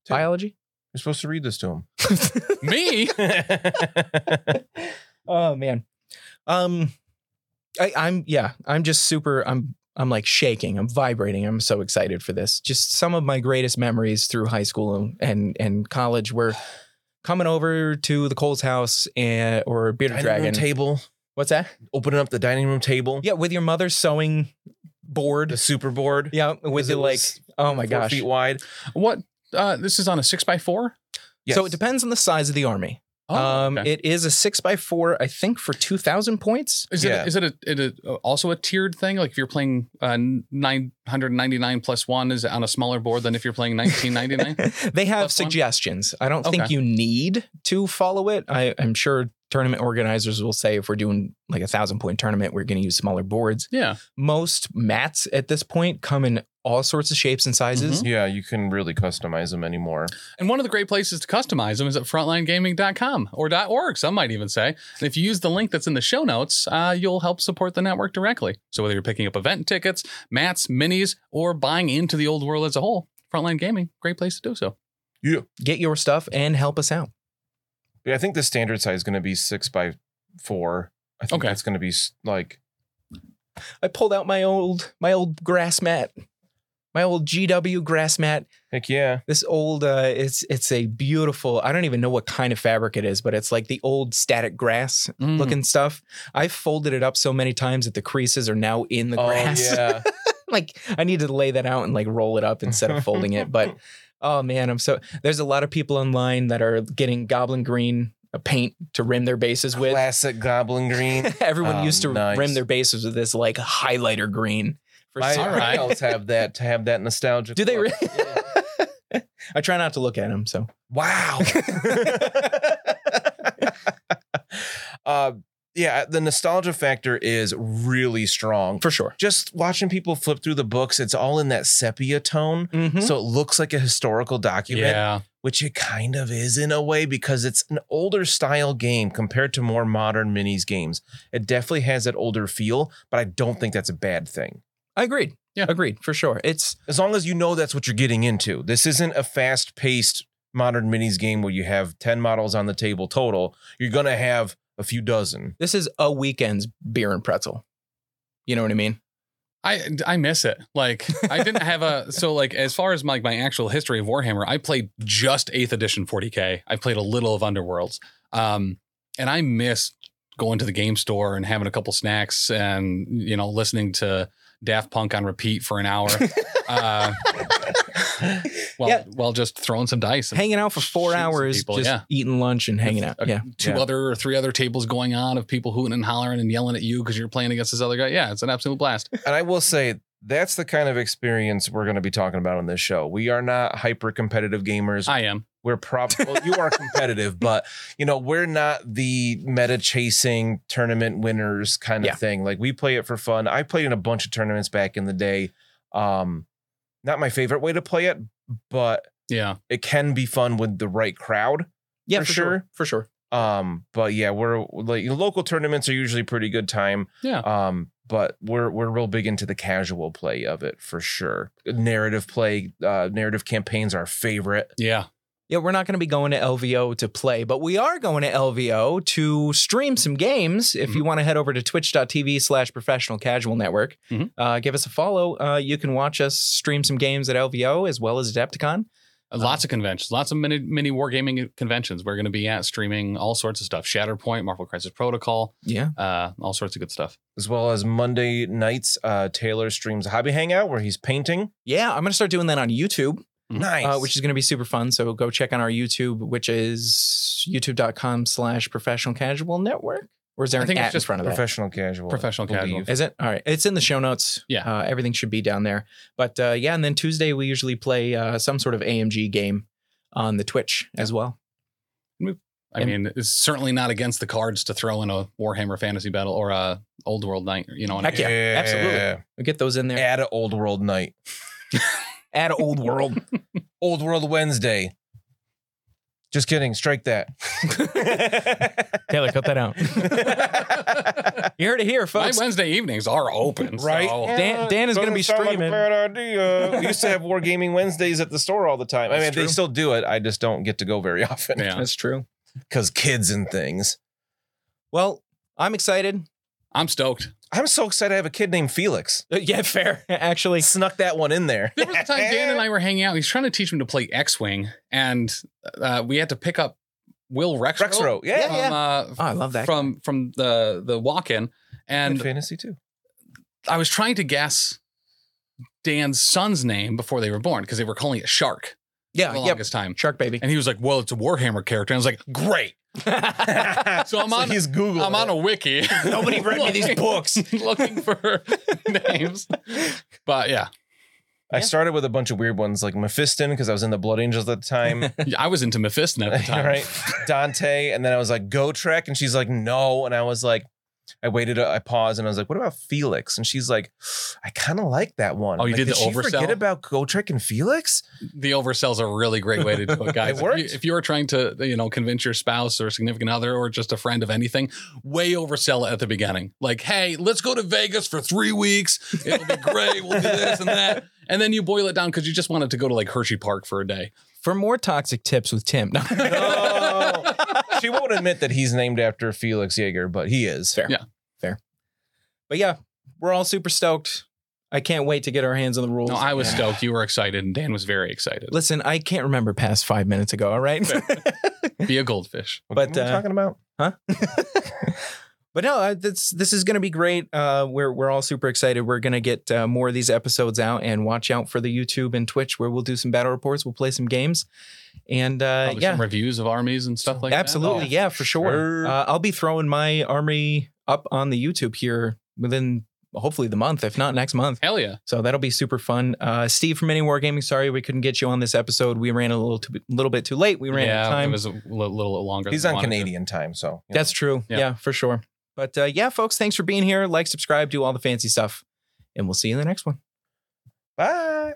S3: Dude.
S2: biology. *laughs*
S3: You're supposed to read this to him.
S1: Me?
S2: Oh man. Um I, I'm yeah, I'm just super I'm I'm like shaking. I'm vibrating. I'm so excited for this. Just some of my greatest memories through high school and and college were coming over to the Cole's house and or Bearded
S3: dining room
S2: Dragon.
S3: table.
S2: What's that?
S3: Opening up the dining room table.
S2: Yeah, with your mother sewing
S3: The
S2: board.
S3: super board.
S2: Yeah, with
S3: it
S2: the like
S3: was
S2: oh my
S3: four
S2: gosh.
S3: Feet wide.
S1: what? Uh, this is on a six by four. Oh,
S3: Yes.
S2: So it depends on the size of the army. um it is a six by four, I think, for two
S1: *laughs*
S2: thousand points.
S1: Is
S3: Yeah.
S1: it is it a, it a also a tiered thing? Like if you're playing uh, nine hundred ninety nine plus one, is it on a smaller board than if you're playing nineteen ninety
S2: *laughs*
S1: nine?
S2: they have
S1: Plus one?
S2: suggestions. I don't think
S1: Okay.
S2: you need to follow it. I, I'm sure tournament organizers will say if we're doing like a thousand point tournament, we're going to use smaller boards.
S1: Yeah,
S2: Most mats at this point come in all sorts of shapes and sizes.
S3: Yeah, you can really customize them anymore.
S1: and one of the great places to customize them is at frontlinegaming.com or .org. Some might even say. And if you use the link that's in the show notes, uh, you'll help support the network directly. So whether you're picking up event tickets, mats, minis, or buying into the old world as a whole, Frontline Gaming, great place to do so.
S3: Yeah.
S1: Mm-hmm.
S2: Get your stuff and help us out.
S3: I think the standard size is going to be six by four. I think
S1: Okay.
S3: that's going to be s- like
S2: I pulled out my old my old grass mat, my old GW grass mat.
S3: heck yeah.
S2: This old uh, it's it's a beautiful. I don't even know what kind of fabric it is, but it's like the old static grass
S1: Mm.
S2: looking stuff. I folded it up so many times that the creases are now in the grass.
S3: Oh yeah.
S2: *laughs* like I need to lay that out and like roll it up instead of folding it.
S3: *laughs*
S2: But oh man, I'm so there's a lot of people online that are getting goblin green uh, paint to rim their bases with.
S3: Classic goblin green.
S2: *laughs* Everyone
S3: Oh,
S2: used to
S3: nice.
S2: rim their bases with this like highlighter green. *laughs* For
S3: My
S2: some-
S1: All right.
S3: *laughs* eyebrows have that to have that nostalgia.
S2: Do they
S3: look.
S2: really? *laughs* I try not to look at them. So *laughs*
S3: Wow. *laughs* uh, yeah, the nostalgia factor is really strong.
S2: for sure.
S3: Just watching people flip through the books, it's all in that sepia tone.
S2: Mhm.
S3: So it looks like a historical document,
S1: yeah.
S3: which it kind of is in a way because it's an older style game compared to more modern minis games. It definitely has that older feel, but I don't think that's a bad thing.
S2: I agreed.
S1: Yeah.
S2: agreed for sure. It's
S3: As long as you know that's what you're getting into. This isn't a fast paced modern minis game where you have 10 models on the table total. You're going to have a
S2: *laughs*
S3: few dozen.
S2: this is a weekend's beer and pretzel. You know what I mean?
S1: I I miss it. Like I didn't have a so like as far as my my actual history of Warhammer, I played just Eighth Edition 40k. I played a little of Underworlds, um, and I miss going to the game store and having a couple snacks and you know listening to Daft Punk on repeat for an hour, uh, while
S2: Yeah.
S1: while just throwing some dice. And
S2: hanging out for four
S1: shoot some
S2: hours,
S1: people,
S2: just
S1: yeah.
S2: eating lunch and hanging out.
S1: a-
S2: Yeah,
S1: two
S3: Yeah.
S1: other or three other tables going on of people hooting and hollering and yelling at you because you're playing against this other guy. Yeah, it's an absolute blast.
S3: And I will say that's the kind of experience we're going to be talking about on this show. We are not hyper competitive gamers.
S1: I am.
S3: we're probably you are competitive, but you know we're not the meta chasing tournament winners kind of
S2: Yeah.
S3: thing. Like we play it for fun. I played in a bunch of tournaments back in the day. Um, not my favorite way to play it, but
S1: Yeah.
S3: it can be fun with the right crowd.
S2: yeah,
S3: for sure.
S2: for sure.
S3: Um, but yeah, we're like local tournaments are usually pretty good time.
S1: Yeah.
S3: Um, but we're we're real big into the casual play of it for sure. Narrative play, uh, narrative campaigns are our favorite.
S1: Yeah.
S2: Yeah, we're not going to be going to LVO to play, but we are going to LVO to stream some games.
S1: Mm-hmm.
S2: If you want to head over to twitch.tv slash professional casual network,
S1: Mhm.
S2: uh, give us a follow. Uh, you can watch us stream some games at LVO as well as Adepticon.
S1: Lots of conventions, lots of mini mini wargaming conventions. We're going to be at streaming all sorts of stuff: Shatterpoint, Marvel Crisis Protocol,
S2: Yeah.
S1: uh, all sorts of good stuff.
S3: as well as Monday nights. Uh, Taylor streams Hobby Hangout where he's painting.
S2: Yeah, I'm going to start doing that on YouTube,
S3: Nice.
S2: uh, which is going to be super fun. So go check on our YouTube, which is youtube.com slash professional casual network. Or is there
S1: I
S2: an
S1: think it's
S2: at in
S1: just
S2: front of that?
S3: Professional casual.
S1: Professional
S3: I believe.
S1: casual.
S2: Is it? All right. It's in the show notes.
S1: Yeah.
S2: Uh, everything should be down there. But uh, yeah, and then Tuesday we usually play uh, some sort of AMG game on the Twitch as well.
S1: I mean, it's certainly not against the cards to throw in a Warhammer Fantasy Battle or a Old World Night. You know,
S2: Heck yeah, absolutely. We get those in *laughs* there.
S3: Add an old world night.
S2: Add old world.
S3: Old world Wednesday. Just kidding. Strike that.
S2: *laughs*
S3: *laughs*
S2: Taylor, cut that out. You heard it here,
S1: my
S2: folks.
S1: Wednesday evenings are *laughs* open,
S3: Right?
S1: so-
S2: Dan- Dan is gonna be
S3: Doesn't sound like a
S2: streaming.
S3: bad idea. we used to have Wargaming Wednesdays at the store all the time. I
S2: That's
S3: mean,
S2: true.
S3: they still do it. I just don't get to go very *laughs* often
S1: yeah,
S2: That's true.
S3: because kids and things.
S2: Well, I'm excited.
S1: I'm stoked.
S3: I'm so excited. I have a kid named Felix.
S2: Uh, yeah, fair. *laughs* Actually,
S3: Snuck that one in there.
S1: There was a time Dan and
S3: *laughs*
S1: I were hanging out. He's trying to teach him to play X-wing, and uh, we had to pick up Will Rexrow.
S3: Rexro. Yeah.
S1: From, Uh,
S2: oh, I love that.
S1: from from the the walk-in,
S3: And
S1: and
S3: fantasy too.
S1: I was trying to guess Dan's son's name before they were born because they were calling it Shark for
S2: yeah,
S1: the
S2: yep.
S1: longest time.
S2: Shark baby.
S1: And he was like, "Well, it's a Warhammer character." And I was like, "Great." *laughs* So
S2: *laughs*
S1: I'm on-
S3: he's Google.
S1: I'm on a wiki.
S2: Nobody read
S1: *laughs*
S2: me these books.
S1: looking for *laughs* names. But yeah,
S3: I
S2: Yeah.
S3: started with a bunch of weird ones like Mephiston because I was in the Blood Angels at
S1: *laughs*
S3: the time.
S1: I was into Mephiston
S2: *laughs*
S1: at the time.
S3: *laughs* right? Dante. And then I was like, Go Trek. And she's like, No. And I was like, I waited, a- I paused, and I was like, What about Felix? And she's like, I kind of like that one.
S1: Oh, you
S3: Like,
S1: did the
S3: she
S1: oversell?
S3: Forget about Go Trek and
S1: *laughs*
S3: Felix.
S1: The oversell's a really great way to do
S2: *laughs*
S1: it, guys.
S3: It worked.
S1: If, you, if you are trying to, you know, convince your spouse or significant other or just a friend of anything, way oversell it at the beginning. Like, hey, let's go to Vegas for three weeks. It'll be great. We'll do this and that. And then you boil it down because you just wanted to go to like Hershey Park for a day.
S2: *laughs* For more toxic tips with Tim. No. *laughs*
S3: No. she won't admit that he's named after Felix Jaeger, but he is.
S2: Fair. but yeah, we're all super stoked. I can't wait to get our hands on the rules.
S1: No, I was stoked. You were excited, and Dan was very excited.
S2: Listen, I can't remember past five minutes ago. All right.
S1: Be a goldfish.
S3: What
S2: But,
S3: what are we
S2: uh,
S3: talking about?
S2: *laughs* But no, I- this this is going to be great. Uh, we're we're all super excited. We're going to get uh, more of these episodes out, and watch out for the YouTube and Twitch where we'll do some battle reports. We'll play some games, and uh,
S1: Probably
S2: yeah,
S1: some reviews of armies and stuff like
S2: absolutely,
S1: that. Oh,
S2: yeah, for sure.
S3: Sure.
S2: Uh, I'll be throwing my army up on the YouTube here within hopefully the month, if not next month.
S1: Hell yeah.
S2: So that'll be super fun. Uh, Steve from Any War Gaming, sorry we couldn't get you on this episode. We ran a little too, little bit too late. We ran out
S1: yeah,
S2: of time.
S1: It was a li- little longer.
S3: He's
S1: than I
S3: on
S1: wanted to.
S3: Canadian time. So you know.
S2: That's true. Yeah.
S1: Yeah.
S2: for sure. But uh, yeah, folks, thanks for being here. Like, subscribe, do all the fancy stuff, and we'll see you in the next one.
S3: bye.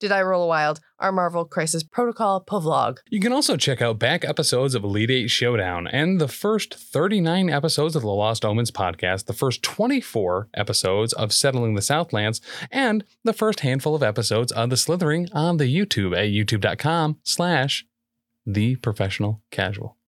S4: Did I Roll a Wild? Our Marvel Crisis Protocol Povlog.
S1: You can also check out back episodes of Elite Eight Showdown and the first 39 episodes of the Lost Omens podcast, the first 24 episodes of Settling the Southlands, and the first handful of episodes of The Slithering on the YouTube at youtube.com slash the professional casual.